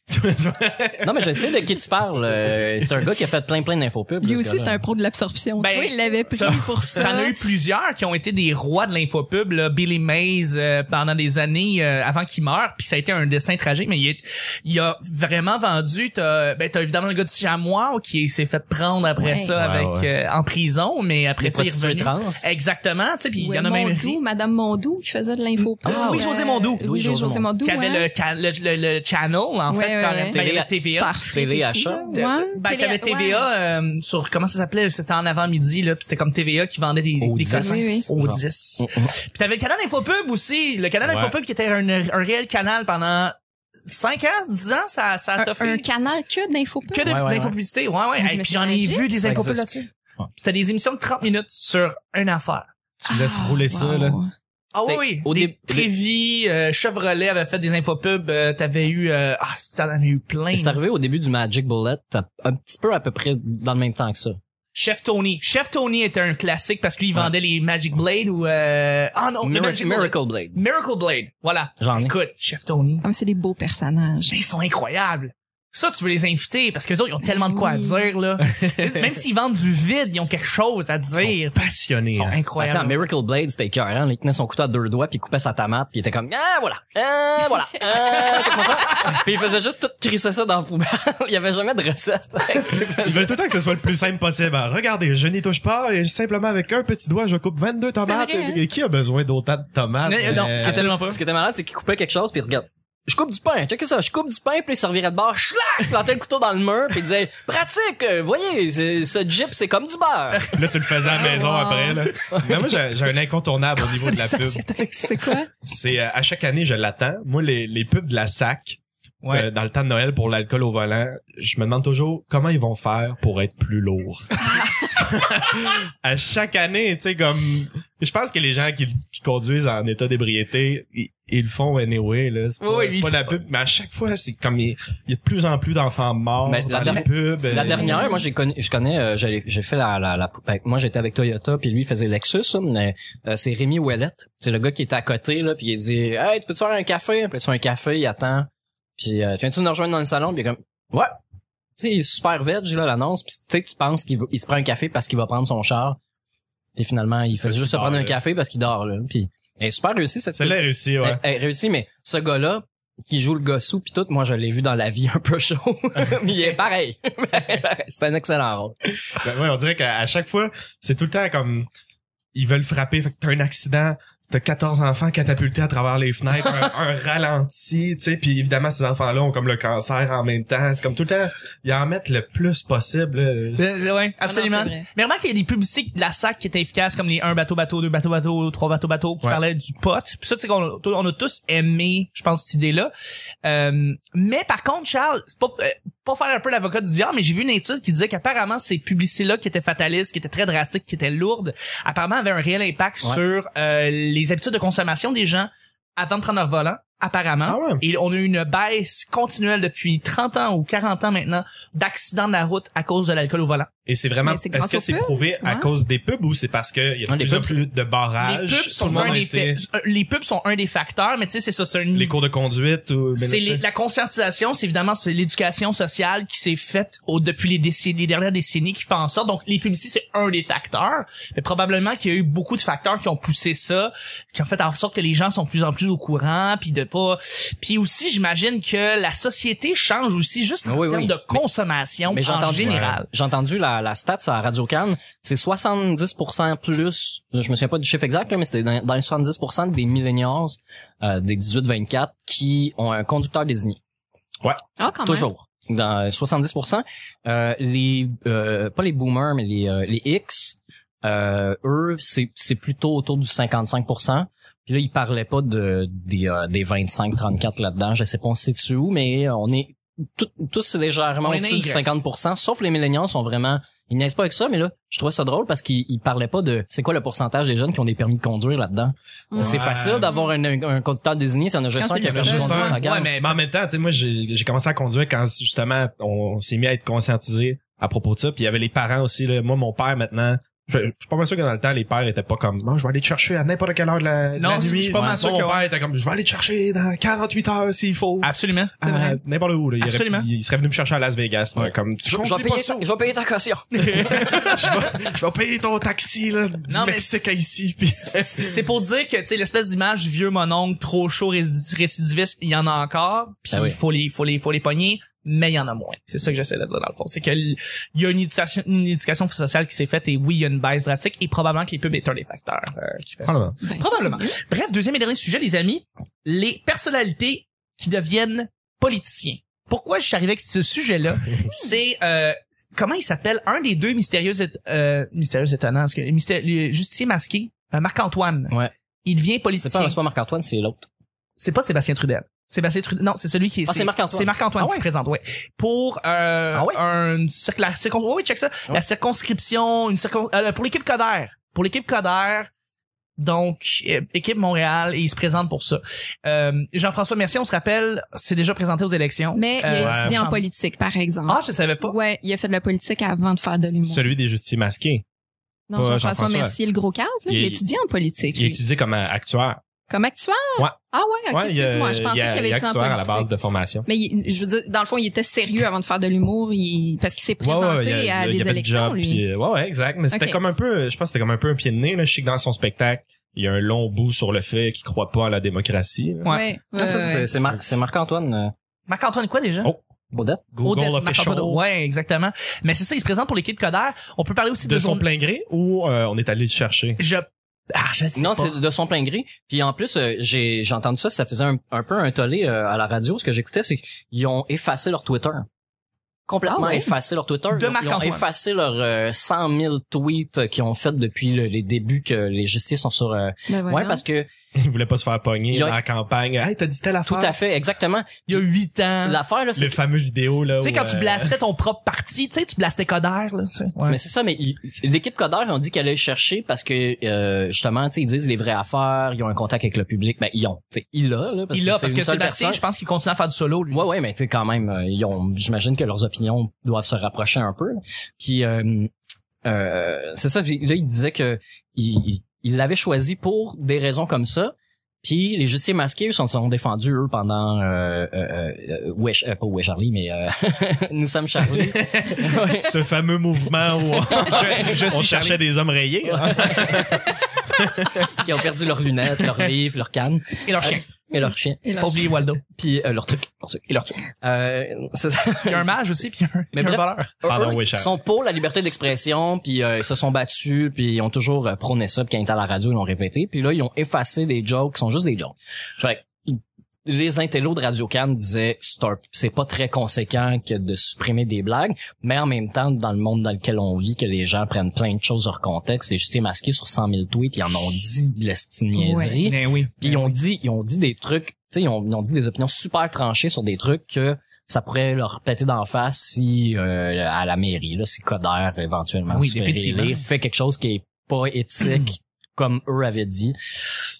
Speaker 3: Non, mais je sais de qui tu parles. euh, C'est un gars qui a fait plein, plein d'infopubs.
Speaker 2: Lui
Speaker 3: là, ce
Speaker 2: aussi, c'est
Speaker 3: gars-là.
Speaker 2: un pro de l'absorption.
Speaker 1: Ben,
Speaker 2: tu vois, il l'avait pris
Speaker 1: t'as-
Speaker 2: pour ça.
Speaker 1: T'en as eu plusieurs qui ont été des rois de l'infopub, là. Billy Mays euh, pendant des années euh, avant qu'il meure, puis ça a été un destin tragique, mais il, est- il a vraiment vendu. T'as ben, t'as évidemment le gars de Chamois oh, qui s'est fait prendre après
Speaker 2: Ouais.
Speaker 1: ça
Speaker 4: Ouais,
Speaker 1: avec euh, en prison, mais après
Speaker 3: Les
Speaker 1: ça il est
Speaker 3: prostituées
Speaker 1: revenu.
Speaker 3: trans.
Speaker 1: Exactement, tu sais, puis il
Speaker 2: Ouais,
Speaker 1: y en a même
Speaker 2: Mondou,
Speaker 1: ri-
Speaker 2: Madame Mondou qui faisait de l'infopub.
Speaker 3: Ah,
Speaker 1: oui, José Mondou.
Speaker 3: Oui,
Speaker 2: Oui,
Speaker 3: José
Speaker 2: José Mondou.
Speaker 1: qui avait le,
Speaker 2: ouais.
Speaker 1: ca- le, le- le channel en
Speaker 2: Ouais,
Speaker 1: fait
Speaker 2: ouais,
Speaker 1: quand
Speaker 2: ouais.
Speaker 1: même télé-
Speaker 3: Télé-
Speaker 1: TVA.
Speaker 2: Parfait,
Speaker 3: Télé
Speaker 2: et tout,
Speaker 3: achat.
Speaker 2: là.
Speaker 1: T'avais
Speaker 2: Ouais.
Speaker 1: ben,
Speaker 2: Télé-
Speaker 1: t'avais TVA euh, sur comment ça s'appelait c'était en avant midi là puis c'était comme TVA qui vendait des,
Speaker 3: Au Mm,
Speaker 1: des
Speaker 3: 10.
Speaker 1: cossins.
Speaker 2: Oui,
Speaker 1: au
Speaker 3: Genre.
Speaker 1: 10 puis t'avais le canal Infopub aussi le canal
Speaker 4: Ouais.
Speaker 1: Infopub qui était un, un réel canal pendant 5 ans 10 ans ça ça
Speaker 2: Un,
Speaker 1: t'a fait
Speaker 2: un canal que d'infopub.
Speaker 1: que de-
Speaker 3: Ouais, ouais, ouais.
Speaker 1: d'infopublicité ouais ouais,
Speaker 2: Mais
Speaker 1: Hey,
Speaker 2: mais
Speaker 1: puis
Speaker 2: c'est
Speaker 1: j'en ai
Speaker 2: magique.
Speaker 1: vu des
Speaker 3: Ça
Speaker 1: infopubs
Speaker 3: existe.
Speaker 1: là-dessus
Speaker 3: Ouais.
Speaker 1: c'était des émissions de 30 minutes sur une affaire
Speaker 4: Tu laisses rouler ça,
Speaker 2: wow.
Speaker 4: là.
Speaker 1: ah oui,
Speaker 3: C'était
Speaker 1: oui.
Speaker 3: au
Speaker 1: des
Speaker 3: dé-
Speaker 1: Trévis, euh, Chevrolet avait fait des infopubs. euh, T'avais eu... euh, ah, ça en avait eu plein.
Speaker 3: Mais C'est arrivé au début du Magic Bullet, à- un petit peu à peu près dans le même temps que ça.
Speaker 1: Chef Tony. Chef Tony était un classique parce qu'il vendait les Magic Blade ou... euh, Ah non, les
Speaker 3: Mir-
Speaker 1: Magic Blade.
Speaker 3: Miracle Blade.
Speaker 1: Miracle Blade, voilà.
Speaker 3: J'en ai.
Speaker 1: Écoute, Chef Tony,
Speaker 2: Ah, mais c'est des beaux personnages.
Speaker 1: mais ils sont incroyables. Ça, tu veux les inviter parce que autres, ils ont tellement de quoi à
Speaker 2: Oui.
Speaker 1: dire là. Même s'ils vendent du vide, ils ont quelque chose à dire. tu sais. Ils
Speaker 4: Passionné.
Speaker 1: sont
Speaker 4: hein.
Speaker 1: incroyables.
Speaker 3: Attends, Miracle Blade, c'était écœurant. là. Il tenait son couteau à deux doigts, puis il coupait sa tomate, puis il était comme « Ah, voilà! Ah, voilà! Ah, comment ça? » Puis il faisait juste tout crisser ça dans le poubelle. Il y avait jamais de recette.
Speaker 4: Ils veulent tout le temps que ce soit le plus simple possible. hein. Regardez, je n'y touche pas et simplement avec un petit doigt, je coupe 22 tomates.
Speaker 2: vrai, hein?
Speaker 4: Et qui a besoin d'autant de tomates?
Speaker 1: Non, non,
Speaker 4: Euh,
Speaker 1: c'est tellement pas.
Speaker 3: Ce qui était malade, c'est qu'il coupait quelque chose, puis il regarde « Je coupe du pain! » Check ça! Je coupe du pain, puis il servirait de barre. Schlac! plantait le couteau dans le mur, puis il disait « Pratique! euh, Voyez, c'est- ce Jeep, c'est comme du beurre!
Speaker 4: Là, tu le faisais à la maison
Speaker 2: wow.
Speaker 4: après. Là. Mais moi, j'ai j'ai un incontournable au niveau de la
Speaker 1: Ah. C'est des
Speaker 4: pub.
Speaker 1: assiettes avec ça.
Speaker 2: C'est quoi?
Speaker 4: C'est euh, à chaque année, je l'attends. Moi, les, les pubs de la SAC,
Speaker 1: Ouais.
Speaker 4: euh, dans le temps de Noël pour l'alcool au volant, je me demande toujours comment ils vont faire pour être plus lourds. à chaque année, tu sais, comme... Je pense que les gens qui, qui conduisent en état d'ébriété, ils, ils le font anyway. là. C'est pas,
Speaker 1: Oui,
Speaker 4: c'est
Speaker 1: ils
Speaker 4: pas la pub, mais à chaque fois, c'est comme... Il, il y a de plus en plus d'enfants morts
Speaker 3: Mais la
Speaker 4: dans les pubs.
Speaker 3: La
Speaker 4: euh,
Speaker 3: dernière, moi j'ai connu, je connais, euh, j'allais- j'ai fait la, la, la- ben, moi j'étais avec Toyota puis lui il faisait Lexus, hein, mais, euh, c'est Rémi Ouellette, c'est le gars qui était à côté là puis il dit, hey tu peux te faire un café, puis tu fais un café, il attend, puis euh, tu viens-tu nous rejoindre dans le salon, puis il est comme, ouais, tu sais il est super veg là l'annonce, puis tu sais tu penses qu'il va- il se prend un café parce qu'il va prendre son char, puis finalement il fait
Speaker 4: Parce
Speaker 3: juste
Speaker 4: qu'il
Speaker 3: se prendre
Speaker 4: dort,
Speaker 3: un
Speaker 4: là.
Speaker 3: café parce qu'il dort là, puis elle est super réussie cette
Speaker 4: Celle-là est réussie, ouais.
Speaker 3: elle- elle réussit, Euh, mais ce gars-là, qui joue le gossou puis tout, moi je l'ai vu dans la vie un peu chaud. mais il est pareil. c'est un excellent rôle.
Speaker 4: Ben ouais, on dirait qu'à à chaque fois, c'est tout le temps comme ils veulent frapper, fait que t'as un accident, t'as 14 enfants catapultés à travers les fenêtres, un, un ralenti, tu sais, puis évidemment ces enfants-là ont comme le cancer en même temps, c'est comme tout le temps, ils en mettent le plus possible. là.
Speaker 1: Euh, ouais, absolument.
Speaker 2: Ah non, c'est vrai.
Speaker 1: mais remarque qu'il y a des publicités de la SAC qui étaient efficaces, comme les 1 bateau bateau, 2 bateau bateau, 3 bateau bateau, qui
Speaker 4: Ouais.
Speaker 1: parlaient du pot. Puis ça, tu sais qu'on on a tous aimé, je pense, cette idée-là. Euh, mais par contre, Charles, c'est pas, euh, pas faire un peu l'avocat du diable, mais j'ai vu une étude qui disait qu'apparemment ces publicités-là qui étaient fatalistes, qui étaient très drastiques, qui étaient lourdes, apparemment avaient un réel impact
Speaker 3: Ouais.
Speaker 1: sur euh, les habitudes de consommation des gens avant de prendre leur volant. Apparemment,
Speaker 4: Ah ouais.
Speaker 1: et on a eu une baisse continuelle depuis 30 ans ou 40 ans maintenant d'accidents de la route à cause de l'alcool au volant.
Speaker 4: Et c'est vraiment,
Speaker 2: Mais c'est
Speaker 4: est-ce
Speaker 2: grâce
Speaker 4: que
Speaker 2: aux
Speaker 4: c'est
Speaker 2: pubs?
Speaker 4: prouvé à
Speaker 2: Ouais.
Speaker 4: cause des pubs ou c'est parce qu'il y a de
Speaker 3: Non, les
Speaker 4: plus en
Speaker 3: pubs,
Speaker 4: plus de barrages,
Speaker 1: les pubs
Speaker 4: tout le
Speaker 1: sont
Speaker 4: monde
Speaker 1: un
Speaker 4: a
Speaker 1: des
Speaker 4: été-
Speaker 1: faits- euh, les pubs sont un des facteurs, mais tu sais, c'est ça, c'est un-
Speaker 4: les cours de conduite ou mais là,
Speaker 1: c'est
Speaker 4: tu
Speaker 1: les-
Speaker 4: sais.
Speaker 1: la conscientisation, c'est évidemment c'est l'éducation sociale qui s'est faite au, depuis les, décennies, les dernières décennies qui fait en sorte. Donc les publicités c'est un des facteurs, mais probablement qu'il y a eu beaucoup de facteurs qui ont poussé ça, qui ont fait en sorte que les gens sont de plus en plus au courant, puis de pas. Puis aussi j'imagine que la société change aussi juste en
Speaker 3: Oui,
Speaker 1: termes
Speaker 3: oui.
Speaker 1: de consommation
Speaker 3: Mais j'ai
Speaker 1: en
Speaker 3: entendu,
Speaker 1: général.
Speaker 3: j'ai entendu la, la stat sur la Radio Cannes, c'est 70% plus, je me souviens pas du chiffre exact, là, mais c'était dans, dans les 70% des millennials euh, des 18-24 qui ont un conducteur désigné.
Speaker 2: Ah, quand même.
Speaker 3: Toujours. Dans euh, 70%. Euh, les, euh, pas les boomers, mais les, euh, les X, euh, eux, c'est c'est plutôt autour du 55%. Puis là, ils parlaient pas de, des, euh, des 25-34 là-dedans. Je sais pas, on se situe où, mais euh, on est tout- tous légèrement
Speaker 1: On est
Speaker 3: au-dessus du
Speaker 1: nègre.
Speaker 3: 50%, sauf les milléniaux sont vraiment... Ils niaisent pas avec ça, mais là, je trouvais ça drôle parce qu'ils ils parlaient pas de... C'est quoi le pourcentage des jeunes qui ont des permis de conduire là-dedans?
Speaker 2: Mm.
Speaker 3: C'est
Speaker 4: Ouais.
Speaker 3: facile d'avoir un, un, un conducteur désigné si on a juste
Speaker 2: Quand
Speaker 3: un
Speaker 2: c'est
Speaker 3: qui a
Speaker 2: le
Speaker 3: permis de
Speaker 4: seul.
Speaker 3: conduire, ça
Speaker 4: Ouais,
Speaker 3: gagne.
Speaker 1: mais-
Speaker 4: Mais en même temps, tu sais, moi, j'ai j'ai commencé à conduire quand justement on s'est mis à être conscientisé à propos de ça. Puis il y avait les parents aussi. Là. Moi, mon père maintenant. Je, je suis pas mal sûr que dans le temps, les pères étaient pas comme Moi, je vais aller te chercher à n'importe quelle heure de la, de
Speaker 1: Non,
Speaker 4: la
Speaker 1: c'est-
Speaker 4: nuit.
Speaker 1: je suis pas mal
Speaker 4: Moi,
Speaker 1: sûr
Speaker 4: Mon
Speaker 1: que-
Speaker 4: père était comme Je vais aller te chercher dans 48 heures s'il faut.
Speaker 1: Absolument.
Speaker 2: c'est
Speaker 4: À
Speaker 2: vrai.
Speaker 4: N'importe où. Là. Il, aurait-
Speaker 1: Absolument.
Speaker 4: il serait venu me chercher à Las Vegas. là,
Speaker 3: Ouais.
Speaker 4: Comme tu
Speaker 3: Je, je, vais
Speaker 4: conduis pas
Speaker 3: payer
Speaker 4: ça.
Speaker 3: ta, je vais payer ta caution.
Speaker 4: je, vais, je vais payer ton taxi là, du
Speaker 1: Non, mais-
Speaker 4: Mexique à ici. Puis...
Speaker 1: c'est c'est pour dire que tu sais l'espèce d'image du vieux mononcle trop chaud réci- récidiviste il y en a encore puis
Speaker 3: Ah oui.
Speaker 1: faut les faut les faut les pogner mais il y en a moins c'est ça que j'essaie de dire dans le fond c'est que l- il y a une éducation une éducation sociale qui s'est faite et oui il y a une baisse drastique et probablement que les pubs est un des facteurs euh, qui fait ça
Speaker 4: Probablement.
Speaker 2: Ben,
Speaker 1: probablement bref deuxième et dernier sujet les amis les personnalités qui deviennent politiciens pourquoi je suis arrivé avec ce sujet là c'est euh, comment il s'appelle un des deux mystérieux ét- euh, mystérieux étonnants parce que mysté- le justicier masqué euh, Marc-Antoine
Speaker 3: Ouais.
Speaker 1: il devient
Speaker 3: C'est
Speaker 1: politicien
Speaker 3: pas, c'est pas Marc-Antoine, c'est l'autre.
Speaker 1: c'est pas Sébastien Trudel Sébastien Trudel non c'est celui qui est
Speaker 3: Ah, c'est Marc-Antoine.
Speaker 1: c'est Marc-Antoine
Speaker 3: Ah
Speaker 1: qui
Speaker 3: ouais?
Speaker 1: se présente ouais pour euh,
Speaker 3: Ah ouais?
Speaker 1: une circ- la circon- ouais, ouais, check ça la
Speaker 3: Ouais.
Speaker 1: circonscription une circon euh, pour l'équipe Coder pour l'équipe Coder donc euh, équipe Montréal et il se présente pour ça Euh, Jean-François Mercier on se rappelle s'est déjà présenté aux élections
Speaker 2: Mais il
Speaker 1: Euh,
Speaker 2: a étudié en
Speaker 1: chambre-
Speaker 2: politique, par exemple.
Speaker 1: ah je savais pas
Speaker 2: Ouais, il a fait de la politique avant de faire de l'humour.
Speaker 4: Celui des justiciers masqués.
Speaker 2: Non,
Speaker 4: pas
Speaker 2: Jean-François
Speaker 4: Jean-François.
Speaker 2: Mercier, le gros cave, là, il,
Speaker 4: Il-
Speaker 2: a étudié en politique.
Speaker 4: Il
Speaker 2: lui.
Speaker 4: étudie comme actuaire.
Speaker 2: Comme actuaire?
Speaker 4: Ouais.
Speaker 2: Ah ouais, ok,
Speaker 4: Ouais, il y a-
Speaker 2: excuse-moi, je
Speaker 4: il y a-
Speaker 2: pensais qu'il avait
Speaker 4: il y
Speaker 2: étudié en
Speaker 4: a actuaire
Speaker 2: politique.
Speaker 4: à la base de formation.
Speaker 2: Mais il- je veux dire, dans le fond, il était sérieux avant de faire de l'humour, il... parce qu'il s'est présenté
Speaker 4: il y a-
Speaker 2: à
Speaker 4: il y
Speaker 2: des
Speaker 4: avait le
Speaker 2: élections,
Speaker 4: job,
Speaker 2: lui.
Speaker 4: puis, euh, ouais, ouais, exact. Mais c'était
Speaker 2: Ok.
Speaker 4: comme un peu, je pense que c'était comme un peu un pied de nez, là. Je sais que dans son spectacle, il y a un long bout sur le fait qu'il croit pas à la démocratie. là.
Speaker 1: Ouais.
Speaker 2: Ouais,
Speaker 3: Ah, ça,
Speaker 2: ouais,
Speaker 3: c'est-
Speaker 2: ouais.
Speaker 3: c'est Mar- c'est Marc-Antoine euh,
Speaker 1: Marc-Antoine quoi déjà
Speaker 4: Oh,
Speaker 3: Baudette.
Speaker 4: Google
Speaker 1: Odette,
Speaker 4: official.
Speaker 1: Marc-Antoine- Ouais, exactement. Mais c'est ça, il se présente pour l'équipe Coder. On peut parler aussi de,
Speaker 4: De son
Speaker 1: zone-
Speaker 4: plein gré ou euh, on est allé le chercher?
Speaker 1: Je... Ah, je sais
Speaker 3: Non,
Speaker 1: pas.
Speaker 3: c'est de son plein gré. Puis en plus, euh, j'ai j'ai entendu ça, ça faisait un, un peu un tollé euh, à la radio. Ce que j'écoutais, c'est qu'ils ont effacé leur Twitter. Complètement
Speaker 2: Ah ouais?
Speaker 3: effacé leur Twitter.
Speaker 1: De
Speaker 3: Donc, ils ont
Speaker 1: Marc-Antoine.
Speaker 3: effacé leurs euh, 100 000 tweets euh, qu'ils ont fait depuis le- les débuts que les justiciers sont sur... euh,
Speaker 2: Ben voilà.
Speaker 3: Ouais, parce que
Speaker 4: Il voulait pas se faire pogner
Speaker 3: Il a-
Speaker 4: dans la campagne. Hey, t'as dit telle
Speaker 3: tout
Speaker 2: Ah.
Speaker 4: affaire?
Speaker 3: à fait, exactement.
Speaker 1: Il y a huit ans.
Speaker 3: L'affaire, là, c'est
Speaker 4: Le fameux vidéo, là.
Speaker 1: Tu sais,
Speaker 4: où,
Speaker 1: quand tu
Speaker 4: euh,
Speaker 1: blastais ton propre parti, tu sais, tu blastais Coder, là, tu sais. Ouais.
Speaker 3: Mais c'est ça, mais il- l'équipe Coder, ils ont dit qu'elle allait le chercher parce que euh, justement, tu sais, ils disent les vraies affaires, ils ont un contact avec le public, ben ils ont, tu sais, il a là, parce
Speaker 1: il
Speaker 3: que
Speaker 1: l'a,
Speaker 3: c'est
Speaker 1: parce
Speaker 3: une
Speaker 1: que
Speaker 3: seule
Speaker 1: Sébastien, je
Speaker 3: personne.
Speaker 1: pense qu'il continue à faire du solo, lui.
Speaker 3: Ouais, ouais, mais tu sais, quand même, euh, ils ont, j'imagine que leurs opinions doivent se rapprocher un peu. là. Puis euh, euh, c'est ça, puis là il disait que il il- il l'avait choisi pour des raisons comme ça. Puis les justiciers masqués, eux, sont, sont défendus, eux, pendant... Euh, euh, euh, ouais, Ch- euh, pas Ouais Charlie, mais... euh, nous sommes Charlie. Ouais.
Speaker 4: Ce fameux mouvement où on,
Speaker 1: Je, je
Speaker 4: on
Speaker 1: suis
Speaker 4: cherchait des hommes rayés. hein.
Speaker 3: qui ont perdu leurs lunettes, leurs livres, leurs cannes.
Speaker 1: Et leur chien.
Speaker 3: Et leur chien.
Speaker 2: Et là,
Speaker 1: Pas oublier Waldo.
Speaker 3: Puis euh, leur truc. Leur truc. Et leur truc. Euh, c'est-
Speaker 1: Il y a un mage aussi, puis il y a un,
Speaker 3: Mais
Speaker 1: il y a un
Speaker 3: bref.
Speaker 1: voleur.
Speaker 4: Pardon,
Speaker 3: eux,
Speaker 4: Wishart.
Speaker 3: Ils sont pour la liberté d'expression, puis euh, ils se sont battus, puis ils ont toujours euh, prôné ça, puis quand ils étaient à la radio, ils l'ont répété. Puis là, ils ont effacé des jokes qui sont juste des jokes. Fait que, ils- les intellos de Radio Can disaient c'est un- c'est pas très conséquent que de supprimer des blagues, mais en même temps, dans le monde dans lequel on vit, que les gens prennent plein de choses hors contexte, et je sais masqué sur 100 000 tweets, ils en ont dit de l'estiniaiserie.
Speaker 1: Ben oui.
Speaker 3: Puis ils ont dit, ils ont dit des trucs, tu sais, ils ont, ils ont dit des opinions super tranchées sur des trucs que ça pourrait leur péter d'en face si euh, à la mairie, là, si Coder éventuellement
Speaker 1: Oui,
Speaker 3: se fait
Speaker 1: définitivement.
Speaker 3: élire, fait quelque chose qui est pas éthique comme eux avaient dit.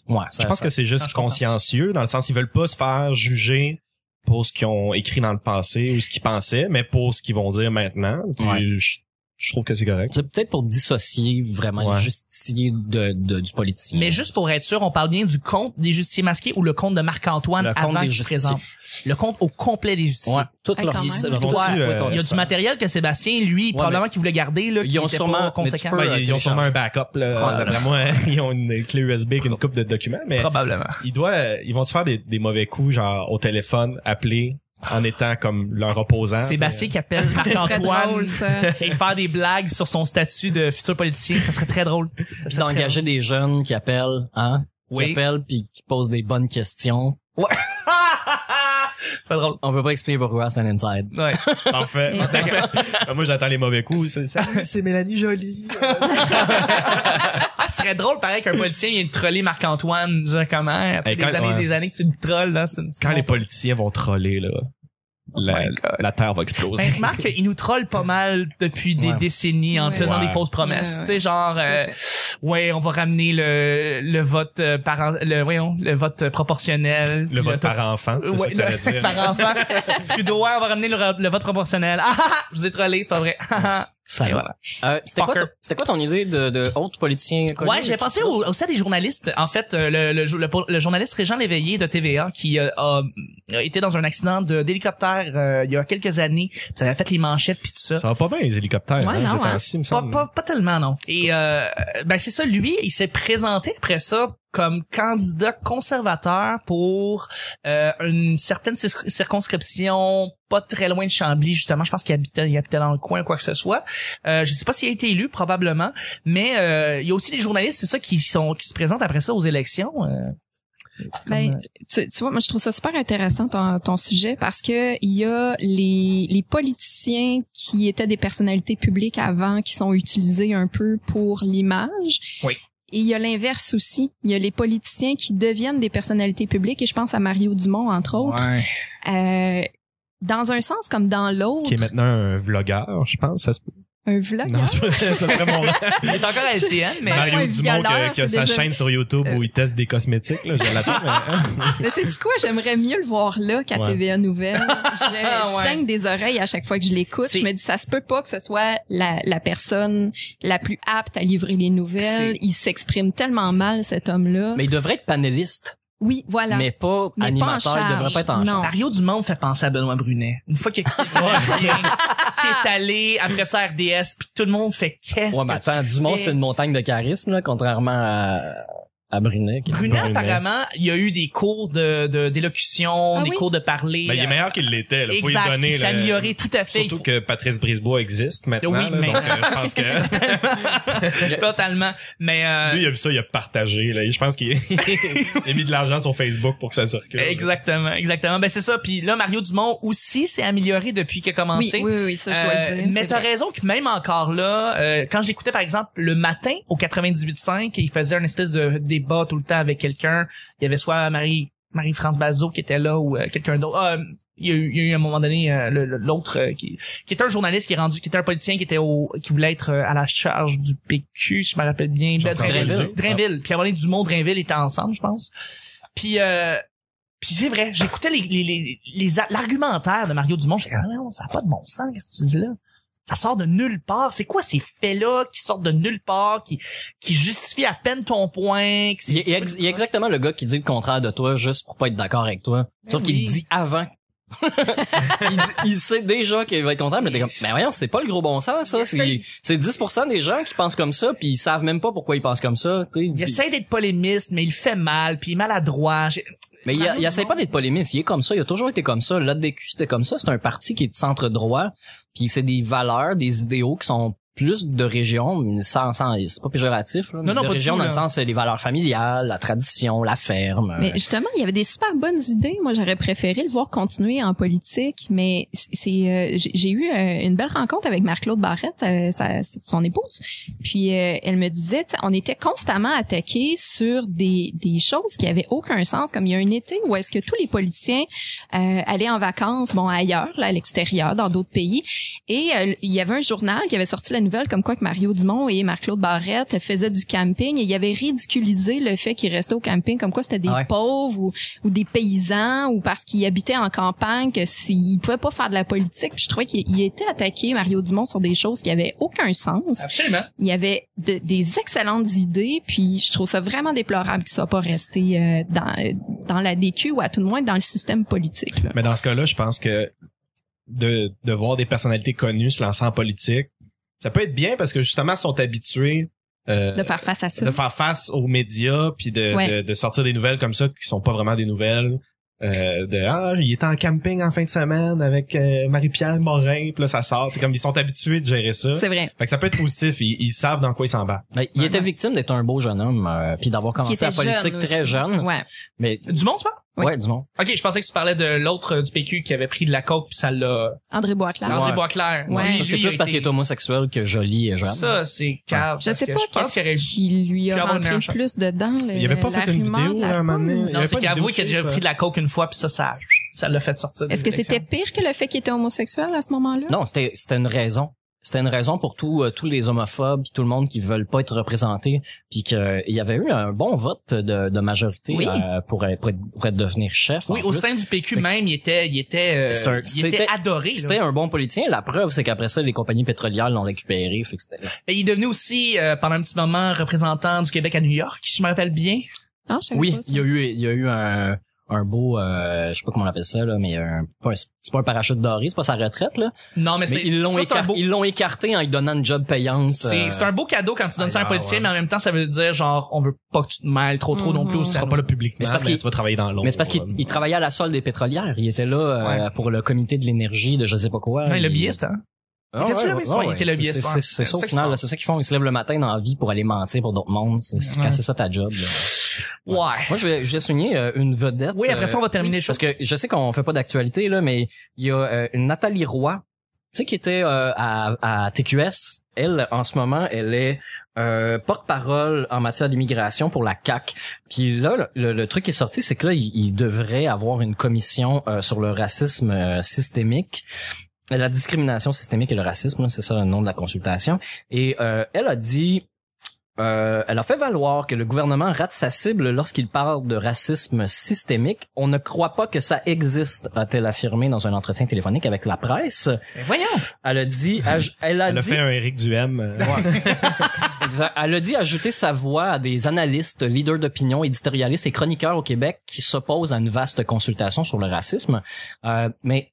Speaker 3: Ouais, ça,
Speaker 4: Je pense
Speaker 3: ça-
Speaker 4: que c'est
Speaker 1: Ah,
Speaker 4: juste
Speaker 1: je comprends.
Speaker 4: consciencieux, dans le sens ils veulent pas se faire juger pour ce qu'ils ont écrit dans le passé ou ce qu'ils pensaient, mais pour ce qu'ils vont dire maintenant. Puis
Speaker 3: Ouais.
Speaker 4: je, je trouve que c'est correct.
Speaker 3: c'est peut-être pour dissocier vraiment
Speaker 4: Ouais.
Speaker 3: le justicier de, de- du politicien.
Speaker 1: Mais juste pour être sûr, on parle bien du compte des justiciers masqués ou le compte de Marc-Antoine
Speaker 3: Le compte
Speaker 1: avant
Speaker 3: des
Speaker 1: qu'il se
Speaker 3: justiciers.
Speaker 1: présente. Le compte au complet des justiciers.
Speaker 3: ouais, tout
Speaker 2: Ah,
Speaker 3: leur
Speaker 2: quand même.
Speaker 3: leur-
Speaker 4: Ils vont-tu,
Speaker 3: Ouais,
Speaker 4: euh,
Speaker 3: ton
Speaker 1: Il y a du
Speaker 3: histoire.
Speaker 1: matériel que Sébastien, lui, probablement qu'il voulait garder, là,
Speaker 3: Ils
Speaker 1: qui
Speaker 3: ont
Speaker 1: était
Speaker 3: sûrement-
Speaker 1: pas
Speaker 3: mais tu
Speaker 1: conséquent.
Speaker 3: peux-
Speaker 4: Ben, ils ont
Speaker 3: télécharger.
Speaker 4: sûrement un backup, là.
Speaker 3: Probablement.
Speaker 4: D'après moi, hein. ils ont une clé USB et une coupe de documents, mais
Speaker 1: Probablement.
Speaker 4: ils doivent, ils vont se faire des, des mauvais coups, genre, au téléphone, appeler, en étant comme leur opposant.
Speaker 1: Sébastien qui appelle
Speaker 2: ça serait
Speaker 1: Marc-Antoine
Speaker 2: drôle, ça.
Speaker 1: et faire des blagues sur son statut de futur politicien, ça serait très drôle. Ça
Speaker 3: Puis
Speaker 1: serait très
Speaker 3: d'engager des jeunes qui appellent, hein,
Speaker 1: Oui.
Speaker 3: qui appellent puis qui posent des bonnes questions.
Speaker 1: drôle. Ça serait drôle.
Speaker 3: On peut pas expliquer pourquoi c'est un inside.
Speaker 1: Ouais.
Speaker 4: Puis, Parfait. Ben, moi, j'attends les mauvais coups. C'est, c'est- c'est Mélanie Jolie.
Speaker 1: Ah, ce serait drôle, pareil, qu'un politicien vienne troller Marc-Antoine, genre comment, après
Speaker 4: Hey,
Speaker 1: des
Speaker 4: quand-
Speaker 1: années
Speaker 4: ouais.
Speaker 1: des années que tu le trolles, là, c'est Oh
Speaker 4: Quand les politiciens vont troller, là, la,
Speaker 1: my God.
Speaker 4: la Terre va exploser.
Speaker 1: Ben, remarque qu'il nous troll pas mal depuis des
Speaker 3: Ouais.
Speaker 1: décennies en
Speaker 2: Ouais.
Speaker 1: faisant
Speaker 4: Ouais.
Speaker 1: des fausses promesses.
Speaker 2: Ouais, ouais.
Speaker 1: Tu sais, genre, euh, ouais, on va ramener le, le vote euh, par, en- le, voyons, le vote euh, proportionnel.
Speaker 4: le
Speaker 1: Puis là,
Speaker 4: vote
Speaker 1: t'as-
Speaker 4: par enfant, c'est
Speaker 1: Ouais,
Speaker 4: ça que
Speaker 1: le-
Speaker 4: t'allais dire.
Speaker 1: par enfant. Trudeau, ouais, on va ramener le, ro- le vote proportionnel. Ah, ah, ah, je vous ai trollé, c'est pas vrai. Ah, ah.
Speaker 3: Ça
Speaker 1: Et
Speaker 3: va.
Speaker 1: voilà.
Speaker 3: Euh, c'était, quoi
Speaker 1: Fucker.
Speaker 3: ton, c'était quoi ton idée de, de autre politicien connu?
Speaker 1: Ouais, j'ai pensé au, au ça des journalistes. En fait, euh, le, le, le, le journaliste Régent Léveillé de TVA qui euh, a, a été dans un accident de, d'hélicoptère euh, il y a quelques années. Ça avait fait les manchettes puis tout ça.
Speaker 4: Ça va pas bien, les hélicoptères.
Speaker 2: Ouais,
Speaker 4: hein,
Speaker 2: non,
Speaker 4: ces
Speaker 2: hein.
Speaker 4: temps-ci, il me
Speaker 1: Pas,
Speaker 4: semble.
Speaker 1: pas, pas tellement, non. Et euh, ben c'est ça, lui, il s'est présenté après ça comme candidat conservateur pour euh, une certaine cis- circonscription pas très loin de Chambly, justement. Je pense qu'il habitait, il habitait dans le coin, quoi que ce soit. Euh, je sais pas s'il a été élu, probablement. Mais euh, il y a aussi des journalistes, c'est ça, qui sont qui se présentent après ça aux élections. euh,
Speaker 2: Ben,
Speaker 1: comme,
Speaker 2: tu, tu vois, moi, je trouve ça super intéressant, ton, ton sujet, parce que il y a les, les politiciens qui étaient des personnalités publiques avant, qui sont utilisés un peu pour l'image.
Speaker 1: Oui.
Speaker 2: Et il y a l'inverse aussi. Il y a les politiciens qui deviennent des personnalités publiques, et je pense à Mario Dumont, entre
Speaker 1: euh,
Speaker 2: autres.
Speaker 1: ouais.
Speaker 2: Euh, dans un sens comme dans l'autre,
Speaker 4: Qui est maintenant un vlogueur, je pense. Ça, se-
Speaker 2: un vlog.
Speaker 4: non,
Speaker 2: hein?
Speaker 4: c'est pas- ça serait mon
Speaker 1: Il est encore à LCN, mais...
Speaker 2: Ben,
Speaker 4: Mario
Speaker 2: Ouais,
Speaker 4: Dumont qui a,
Speaker 2: violeur,
Speaker 4: qui a
Speaker 2: c'est
Speaker 4: sa
Speaker 2: déjà-
Speaker 4: chaîne sur YouTube
Speaker 1: Euh.
Speaker 4: où il teste des cosmétiques. Là, je l'attends. mais, hein.
Speaker 2: Mais c'est du quoi? J'aimerais mieux le voir là qu'à
Speaker 4: Ouais.
Speaker 2: TVA Nouvelle. Je, je
Speaker 1: Ouais.
Speaker 2: saigne des oreilles à chaque fois que je l'écoute.
Speaker 1: C'est-
Speaker 2: Je me dis, ça se peut pas que ce soit la, la personne la plus apte à livrer les nouvelles.
Speaker 1: C'est-
Speaker 2: Il s'exprime tellement mal, cet homme-là.
Speaker 3: Mais il devrait être panéliste,
Speaker 2: Oui, voilà.
Speaker 3: mais pas
Speaker 2: Mais pas
Speaker 3: animateur.
Speaker 2: en
Speaker 3: il devrait
Speaker 2: charge.
Speaker 3: pas être en
Speaker 2: Non.
Speaker 3: charge.
Speaker 1: Mario Dumont me fait penser à Benoît Brunet. Une fois qu'il a quitté le Canadien, qu'il est allé après ça à RDS, puis tout le monde fait qu'est-ce
Speaker 3: Ouais, mais
Speaker 1: que tu
Speaker 3: attends, Dumont,
Speaker 1: fais?
Speaker 3: c'est une montagne de charisme, là, contrairement à, à Brunet. qui-
Speaker 1: Brunet,
Speaker 4: Brunet.
Speaker 1: apparemment, il y a eu des cours de de- d'élocution,
Speaker 2: Ah
Speaker 1: des
Speaker 2: oui?
Speaker 1: cours de parler.
Speaker 4: Ben, il est
Speaker 1: euh,
Speaker 4: meilleur qu'il l'était. là. Faut
Speaker 1: exact,
Speaker 4: lui donner.
Speaker 1: il s'est
Speaker 4: là.
Speaker 1: amélioré tout à fait.
Speaker 4: Surtout
Speaker 1: Il
Speaker 4: que Patrice Brisebois existe maintenant.
Speaker 1: Oui,
Speaker 4: là,
Speaker 1: mais-
Speaker 4: Donc, euh, je pense que
Speaker 1: faut- totalement. Mais euh,
Speaker 4: lui, il a vu ça, il a partagé. Là, Et je pense qu'il il a mis de l'argent sur Facebook pour que ça circule.
Speaker 1: exactement, exactement. Ben c'est ça. Puis là, Mario Dumont aussi s'est amélioré depuis qu'il a
Speaker 2: oui,
Speaker 1: commencé.
Speaker 2: oui, oui, ça, je dois
Speaker 1: Euh,
Speaker 2: le dire.
Speaker 1: mais
Speaker 2: c'est
Speaker 1: t'as
Speaker 2: vrai.
Speaker 1: raison que même encore là, euh, quand je l'écoutais par exemple le matin au 98.5, il faisait une espèce de débat tout le temps avec quelqu'un. Il y avait soit Marie Marie-France Bazot qui était là ou euh, quelqu'un d'autre. Ah, euh, il y, a eu, il y a eu à un moment donné euh, le- le- l'autre euh, qui, qui était un journaliste qui est rendu, qui était un politicien qui était au, qui voulait être euh, à la charge du PQ, si je me rappelle bien. Ben,
Speaker 4: Jean-François
Speaker 1: Drainville.
Speaker 4: Lisée.
Speaker 1: Drainville. Puis à un moment donné, Dumont, Drainville étaient ensemble, je pense. Puis euh, puis c'est vrai, j'écoutais les, les, les, les a- l'argumentaire de Mario Dumont, j'étais comme, Ah non, ça n'a pas de bon sens, qu'est-ce que tu dis là? Ça sort de nulle part. C'est quoi ces faits-là qui sortent de nulle part, qui, qui justifient à peine ton point? que c'est-
Speaker 3: Il y, a, il y a ex- il y a exactement le gars qui dit le contraire de toi juste pour pas être d'accord avec toi. Sauf
Speaker 1: Ben
Speaker 3: qu'il
Speaker 1: oui.
Speaker 3: le dit avant. il, il sait déjà qu'il va être content, mais t'es comme, ben voyons, c'est pas le gros bon sens, ça.
Speaker 1: Il
Speaker 3: C'est
Speaker 1: essaye.
Speaker 3: c'est 10% des gens qui pensent comme ça, puis ils savent même pas pourquoi ils pensent comme ça. tu sais.
Speaker 1: Il essaie d'être polémiste, mais il fait mal, puis il est maladroit. J'ai-
Speaker 3: Mais il, il essaie pas d'être polémiste. Il est comme ça. Il a toujours été comme ça. L'ADQ, c'était comme ça. C'est un parti qui est de centre droit. Puis c'est des valeurs, des idéaux qui sont plus de région, mais sans, sans, c'est pas péjoratif, là, mais
Speaker 1: non,
Speaker 3: de
Speaker 1: pas du
Speaker 3: région
Speaker 1: tout,
Speaker 3: dans
Speaker 1: là.
Speaker 3: le sens, euh, les valeurs familiales, la tradition, la ferme. euh.
Speaker 2: Mais justement, il y avait des super bonnes idées. Moi, j'aurais préféré le voir continuer en politique, mais c- c'est euh, j'ai j'ai eu euh, une belle rencontre avec Marc-Claude Barrette, euh, sa- son épouse. Puis euh, elle me disait, tu sais, on était constamment attaqués sur des, des choses qui avaient aucun sens, comme il y a un été où est-ce que tous les politiciens euh, allaient en vacances, bon ailleurs, là, à l'extérieur, dans d'autres pays, et euh, il y avait un journal qui avait sorti la nouvelle comme quoi que Mario Dumont et Marc-Claude Barrette faisaient du camping et il avait ridiculisé le fait qu'ils restaient au camping comme quoi c'était des
Speaker 3: Ah ouais.
Speaker 2: pauvres ou, ou des paysans ou parce qu'ils habitaient en campagne que s'ils pouvaient pas faire de la politique. Puis je trouvais qu'il il était attaqué Mario Dumont sur des choses qui avaient aucun
Speaker 3: Ah.
Speaker 2: sens.
Speaker 1: Absolument.
Speaker 2: Il y avait de- des excellentes idées puis je trouve ça vraiment déplorable qu'il soit pas resté euh, dans euh, dans la DQ ou à tout le moins dans le système politique. là.
Speaker 4: Mais dans ce cas-là, je pense que de, de voir des personnalités connues se lancer en politique, ça peut être bien parce que justement, ils sont habitués euh,
Speaker 2: De faire face à ça.
Speaker 4: de faire face aux médias puis de,
Speaker 2: Ouais.
Speaker 4: de, de sortir des nouvelles comme ça qui sont pas vraiment des nouvelles. Euh, de ah il était en camping en fin de semaine avec euh, Marie-Pierre Morin puis là ça sort c'est comme ils sont habitués de gérer ça
Speaker 2: C'est vrai.
Speaker 4: fait que ça peut être positif ils, ils savent dans quoi ils s'embarquent
Speaker 3: Ben, il était victime d'être un beau jeune homme, euh, puis d'avoir
Speaker 2: Qui
Speaker 3: commencé
Speaker 2: était
Speaker 3: la politique
Speaker 2: jeune
Speaker 3: très
Speaker 2: aussi.
Speaker 3: jeune.
Speaker 2: Ouais.
Speaker 3: Mais
Speaker 1: Du monde, tu parles?
Speaker 2: Oui.
Speaker 3: ouais, du monde.
Speaker 1: Ok, je pensais que tu parlais de l'autre euh, du PQ qui avait pris de la coke puis ça l'a.
Speaker 2: André Boitler.
Speaker 1: André
Speaker 3: Ah Ouais.
Speaker 1: Boisclair.
Speaker 2: Ouais.
Speaker 1: Lui,
Speaker 3: Ça, c'est
Speaker 1: lui,
Speaker 3: plus
Speaker 1: a
Speaker 3: parce
Speaker 1: été-
Speaker 3: qu'il est homosexuel que joli et jeune.
Speaker 1: Ça, c'est cave.
Speaker 2: Je
Speaker 1: parce
Speaker 2: sais
Speaker 1: que
Speaker 2: pas
Speaker 1: je pense qu'il aurait-
Speaker 2: qu'est-ce qui lui
Speaker 1: pu
Speaker 2: a
Speaker 1: avoir une
Speaker 2: rentré
Speaker 1: meilleure chance.
Speaker 2: plus dedans. le-
Speaker 4: Il avait pas
Speaker 2: la
Speaker 4: fait une
Speaker 2: rumeur
Speaker 4: vidéo,
Speaker 2: de la
Speaker 4: là, un moment donné?
Speaker 2: pomme.
Speaker 4: Il y
Speaker 1: Non,
Speaker 4: avait
Speaker 1: c'est
Speaker 4: pas de
Speaker 1: qu'il a avoué qu'il a déjà
Speaker 4: vidéo clip,
Speaker 1: pris de la coke une fois puis ça, ça, ça l'a fait sortir. des
Speaker 2: euh. Est-ce que
Speaker 1: élections.
Speaker 2: c'était pire que le fait qu'il était homosexuel à ce moment-là?
Speaker 1: Hein?
Speaker 3: Non, c'était c'était une raison. C'était une raison pour tous euh, tous les homophobes, puis tout le monde qui veulent pas être représentés, puis que euh, il y avait eu un bon vote de, de majorité
Speaker 2: Oui.
Speaker 3: euh, pour, être- pour être- pour être devenir chef.
Speaker 1: Oui,
Speaker 3: en
Speaker 1: au
Speaker 3: plus.
Speaker 1: sein du PQ
Speaker 3: Fait que-
Speaker 1: même, il était, il était, euh,
Speaker 3: C'est un-
Speaker 1: il était
Speaker 3: c'était-
Speaker 1: adoré. là.
Speaker 3: C'était un bon politicien. La preuve, c'est qu'après ça, les compagnies pétrolières l'ont récupéré. Fait que c'était-
Speaker 1: Et il est devenu aussi, euh, pendant un petit moment, représentant du Québec à New York, si je me rappelle bien.
Speaker 2: Ah, je savais
Speaker 3: oui,
Speaker 2: pas ça.
Speaker 3: il y a eu il y a eu un un beau euh, je sais pas comment on appelle ça là, mais un, pas un- c'est pas un parachute doré, c'est pas sa retraite là.
Speaker 1: Non, mais,
Speaker 3: Mais
Speaker 1: Ben, c'est,
Speaker 3: ils l'ont
Speaker 1: ça, c'est un
Speaker 3: écar-
Speaker 1: beau,
Speaker 3: ils l'ont écarté en lui donnant une job payante.
Speaker 1: c'est,
Speaker 3: euh,
Speaker 1: c'est un beau cadeau quand tu donnes ça à un
Speaker 4: ailleurs,
Speaker 1: politicien,
Speaker 4: ouais.
Speaker 1: mais en même temps, ça veut dire genre, on veut pas que tu te mêles trop trop non plus.
Speaker 2: Mhm.
Speaker 1: au
Speaker 4: tu seras
Speaker 1: salon.
Speaker 4: pas là publiquement
Speaker 3: Mais c'est parce
Speaker 4: mais
Speaker 3: qu'il-
Speaker 4: tu vas travailler dans l'ombre
Speaker 3: Mais c'est parce qu'il
Speaker 4: euh,
Speaker 3: il travaillait à la solde des pétrolières. Il était là euh, pour le comité de l'énergie de je sais pas quoi.
Speaker 1: Non, il est
Speaker 3: Il-
Speaker 1: lobbyiste, hein.
Speaker 3: Ah,
Speaker 1: Était-tu
Speaker 3: ouais,
Speaker 1: lobbyiste?
Speaker 3: ouais,
Speaker 1: Ouais, il
Speaker 3: ouais.
Speaker 1: était lobbyiste,
Speaker 3: C'est-
Speaker 1: ouais.
Speaker 3: c'est- C'est ça
Speaker 1: C'est
Speaker 3: au
Speaker 1: ça qui se
Speaker 3: final, là,
Speaker 1: passe.
Speaker 3: c'est ça qu'ils font. Ils se lèvent le matin dans la vie pour aller mentir pour d'autres mondes. C'est c'est-
Speaker 1: Ouais.
Speaker 3: quand c'est ça ta job. là.
Speaker 1: Ouais.
Speaker 3: Moi, je vais, je vais souligner euh, une vedette.
Speaker 1: Oui, après ça, on va terminer les
Speaker 3: Parce
Speaker 1: choses.
Speaker 3: que je sais qu'on fait pas d'actualité, là, mais il y a euh, une Nathalie Roy, tu sais, qui était euh, à, à TQS. Elle, en ce moment, elle est euh, porte-parole en matière d'immigration pour la CAC. Puis là, le, le- le truc qui est sorti, c'est que là, il, il devrait avoir une commission euh, sur le racisme euh, systémique. La discrimination systémique et le racisme, là, c'est ça le nom de la consultation. Et euh, elle a dit euh, elle a fait valoir que le gouvernement rate sa cible lorsqu'il parle de racisme systémique. On ne croit pas que ça existe, a-t-elle affirmé dans un entretien téléphonique avec la presse.
Speaker 1: Mais voyons.
Speaker 3: Elle a dit, aj- elle a
Speaker 4: elle a
Speaker 3: dit,
Speaker 4: fait un Eric Duhem euh,
Speaker 3: Exact. Elle a dit ajouter sa voix à des analystes, leaders d'opinion, éditorialistes et chroniqueurs au Québec qui s'opposent à une vaste consultation sur le racisme. Euh, mais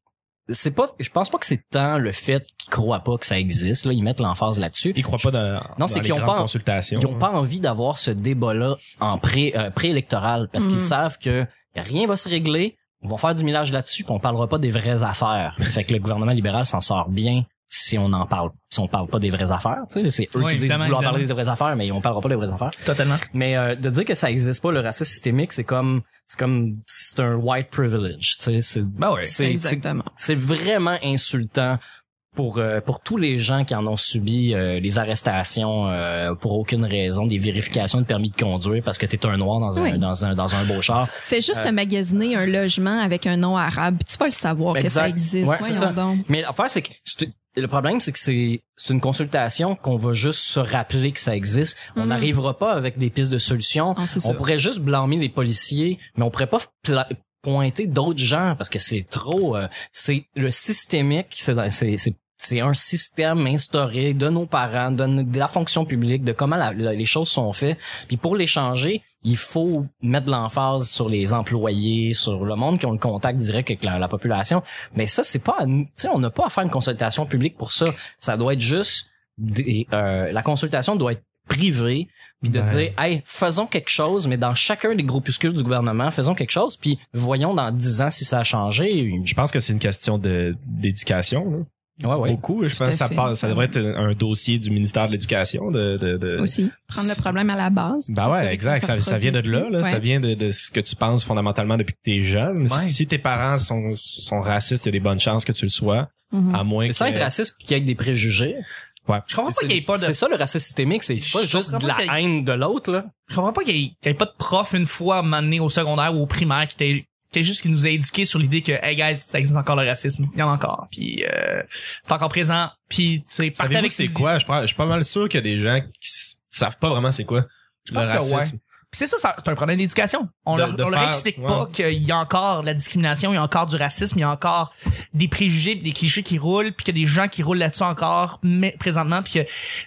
Speaker 3: c'est pas, je pense pas que c'est tant le fait qu'ils croient pas que ça existe. Là, ils mettent l'emphase là-dessus.
Speaker 4: ils croient pas dans,
Speaker 3: Non,
Speaker 4: dans
Speaker 3: c'est
Speaker 4: les
Speaker 3: qu'ils ont
Speaker 4: grandes
Speaker 3: pas en-
Speaker 4: consultations
Speaker 1: hein.
Speaker 3: Ils n'ont pas envie d'avoir ce débat-là en pré, euh, préélectoral parce
Speaker 2: Mhm.
Speaker 3: qu'ils savent que rien va se régler. On va faire du millage là-dessus, puis on parlera pas des vraies affaires. Fait que le gouvernement libéral s'en sort bien si on en parle, si on parle pas des vraies affaires. tu sais. C'est eux
Speaker 1: Oui,
Speaker 3: qui disent
Speaker 1: évidemment,
Speaker 3: vouloir
Speaker 1: évidemment.
Speaker 3: parler des vraies affaires, mais on parlera pas des vraies affaires.
Speaker 1: Totalement.
Speaker 3: Mais euh, de dire que ça existe pas le racisme systémique, c'est comme c'est comme c'est un white privilege. tu sais. C'est
Speaker 1: Ben ouais.
Speaker 3: c'est- c'est
Speaker 2: Exactement.
Speaker 3: c'est vraiment insultant pour euh, pour tous les gens qui en ont subi euh, les arrestations euh, pour aucune raison, des vérifications de permis de conduire parce que t'es un noir dans un
Speaker 2: Oui.
Speaker 3: dans un dans un beau char.
Speaker 2: Fais juste
Speaker 3: Euh,
Speaker 2: magasiner un logement avec un nom arabe. puis Tu vas le savoir que ça
Speaker 3: Exact.
Speaker 2: existe.
Speaker 3: Ouais, c'est
Speaker 2: Voyons
Speaker 3: ça.
Speaker 2: donc.
Speaker 3: Mais l'affaire c'est que c'est- le problème c'est que c'est c'est une consultation qu'on va juste se rappeler que ça existe. On
Speaker 2: Mhm.
Speaker 3: n'arrivera pas avec des pistes de solutions.
Speaker 2: Ah, c'est
Speaker 3: On
Speaker 2: sûr.
Speaker 3: pourrait juste blâmer les policiers, mais on pourrait pas pla- pointer d'autres gens parce que c'est trop. euh, c'est le systémique, c'est dans- c'est c'est- c'est un système instauré de nos parents, de, no- de la fonction publique, de comment la- la- les choses sont faites. Puis pour les changer, il faut mettre de l'emphase sur les employés, sur le monde qui ont le contact direct avec la, la population. Mais ça, c'est pas, à nous. tu sais, on n'a pas à faire une consultation publique pour ça. Ça doit être juste des- euh, la consultation doit être privé puis de
Speaker 4: Ouais.
Speaker 3: dire hey faisons quelque chose mais dans chacun des groupuscules du gouvernement faisons quelque chose puis voyons dans 10 ans si ça a changé
Speaker 4: Je pense que c'est une question de- d'éducation. là.
Speaker 3: ouais
Speaker 1: Ah
Speaker 3: ouais
Speaker 4: Beaucoup. Je
Speaker 2: à
Speaker 4: pense que ça,
Speaker 2: fait.
Speaker 4: passe- ça devrait être un dossier du ministère de l'Éducation. De, de, de-
Speaker 2: aussi. Prendre le problème à la base.
Speaker 4: Ben
Speaker 2: s'assurer
Speaker 4: ouais,
Speaker 2: que
Speaker 4: exact.
Speaker 2: se
Speaker 4: Ça, ça vient de là, là.
Speaker 2: reproduise
Speaker 4: Ça
Speaker 2: plus.
Speaker 4: vient de, de ce que tu penses fondamentalement depuis que t'es jeune.
Speaker 3: Ouais.
Speaker 4: Si tes parents sont, sont racistes, il y a des bonnes chances que tu le sois.
Speaker 2: Ouais. Mhm.
Speaker 4: À moins
Speaker 3: mais
Speaker 4: que.
Speaker 3: sans être raciste puis qu'il y ait des préjugés
Speaker 1: Je comprends pas
Speaker 3: C'est-
Speaker 1: qu'il y ait pas de
Speaker 3: c'est ça le racisme systémique c'est c'est pas
Speaker 1: Je
Speaker 3: juste
Speaker 1: comprends
Speaker 3: de
Speaker 1: pas qu'il y
Speaker 3: la haine de l'autre là
Speaker 1: je comprends pas qu'il y, ait- qu'il y ait pas de prof une fois amené au secondaire ou au primaire qui était qui était juste qui nous a éduqué sur l'idée que hey guys ça existe encore le racisme il y en a encore puis euh, c'est encore présent puis tu sais partez
Speaker 4: Savez-vous
Speaker 1: avec
Speaker 4: c'est
Speaker 1: ces-
Speaker 4: quoi? Je, prends- je suis pas mal sûr qu'il y a des gens qui s- savent pas vraiment c'est quoi.
Speaker 1: Je pense
Speaker 4: le
Speaker 1: que
Speaker 4: racisme.
Speaker 1: Puis c'est ça, ça- c'est un problème d'éducation. On
Speaker 4: De-
Speaker 1: leur,
Speaker 4: de
Speaker 1: on leur
Speaker 4: faire-
Speaker 1: explique
Speaker 4: ouais.
Speaker 1: pas qu'il y a encore de la discrimination, il y a encore du racisme, il y a encore des préjugés, puis des clichés qui roulent, puis qu'il y a des gens qui roulent là-dessus encore mais présentement. Puis que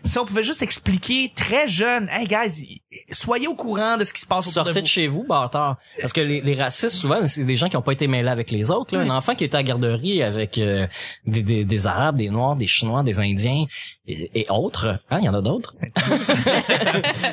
Speaker 1: si on pouvait juste expliquer très jeune, hey guys, soyez au courant de ce qui se passe autour de
Speaker 3: sortez de
Speaker 1: vous.
Speaker 3: chez vous bâtard parce que les, les racistes souvent c'est des gens qui ont pas été mêlés avec les autres là.
Speaker 2: Ouais.
Speaker 3: un enfant qui était à la garderie avec euh, des, des- des arabes des noirs des chinois des indiens et, et autres hein il y en a d'autres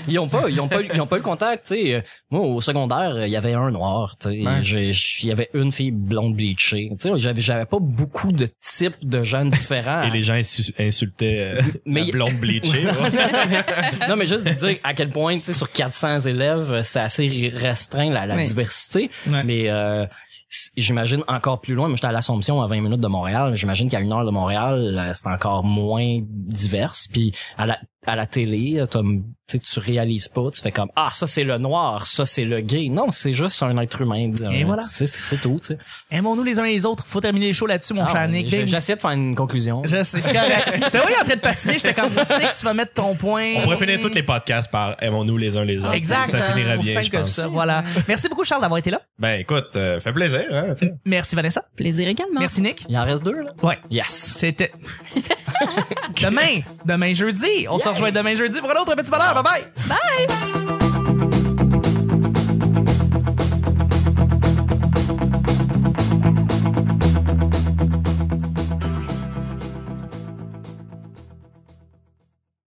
Speaker 3: ils ont pas ils ont pas ils ont pas le contact tu sais Euh, moi au secondaire il y avait un noir tu sais
Speaker 4: Ouais.
Speaker 3: J'ai- j'- il y avait une fille blonde bleachée tu sais j'avais j'avais pas beaucoup de types de gens différents
Speaker 1: Ah.
Speaker 4: Et les gens insu- insultaient euh,
Speaker 3: Mais
Speaker 4: la
Speaker 3: y-
Speaker 4: blonde bleachée. ouais.
Speaker 3: non, mais juste de dire à quel point, tu sais, sur 400 élèves, euh, c'est assez ri- restreint la, la
Speaker 2: Oui.
Speaker 3: diversité.
Speaker 1: Ouais.
Speaker 3: Mais euh, c- j'imagine encore plus loin. Moi, j'étais à l'Assomption à 20 minutes de Montréal. J'imagine qu'à une heure de Montréal, euh, c'est encore moins diverse. Puis à la, à la télé, euh, t'as- tu sais, tu réalises pas. Tu fais comme, ah, ça, c'est le noir. Ça, c'est le gay. Non, c'est juste un être humain.
Speaker 1: Et voilà.
Speaker 3: C'est c'est tout, tu sais.
Speaker 1: Aimons-nous les uns les autres. Faut terminer les shows là-dessus, mon
Speaker 3: Ah,
Speaker 1: cher Nick.
Speaker 3: j'ai-
Speaker 1: Dave,
Speaker 3: J'essaie de faire une conclusion.
Speaker 1: Je sais, c'est correct. T'as vu, il est en train de patiner, j'étais comme, je sais que tu vas mettre ton point.
Speaker 4: On pourrait finir tous les podcasts par aimons-nous les uns les autres.
Speaker 1: Exact.
Speaker 4: Ça finirait
Speaker 1: on
Speaker 4: bien,
Speaker 1: sent
Speaker 4: je
Speaker 1: comme
Speaker 4: pense.
Speaker 1: ça, voilà. Merci beaucoup, Charles, d'avoir été là.
Speaker 4: Ben écoute, euh, fait plaisir. Hein, tu sais.
Speaker 1: Merci, Vanessa.
Speaker 2: Plaisir également.
Speaker 1: Merci, Nick.
Speaker 3: Il en reste deux, là?
Speaker 1: Ouais.
Speaker 3: Yes.
Speaker 1: C'était. demain! Demain jeudi! On se rejoint demain jeudi pour un autre petit bonheur! Bye bye!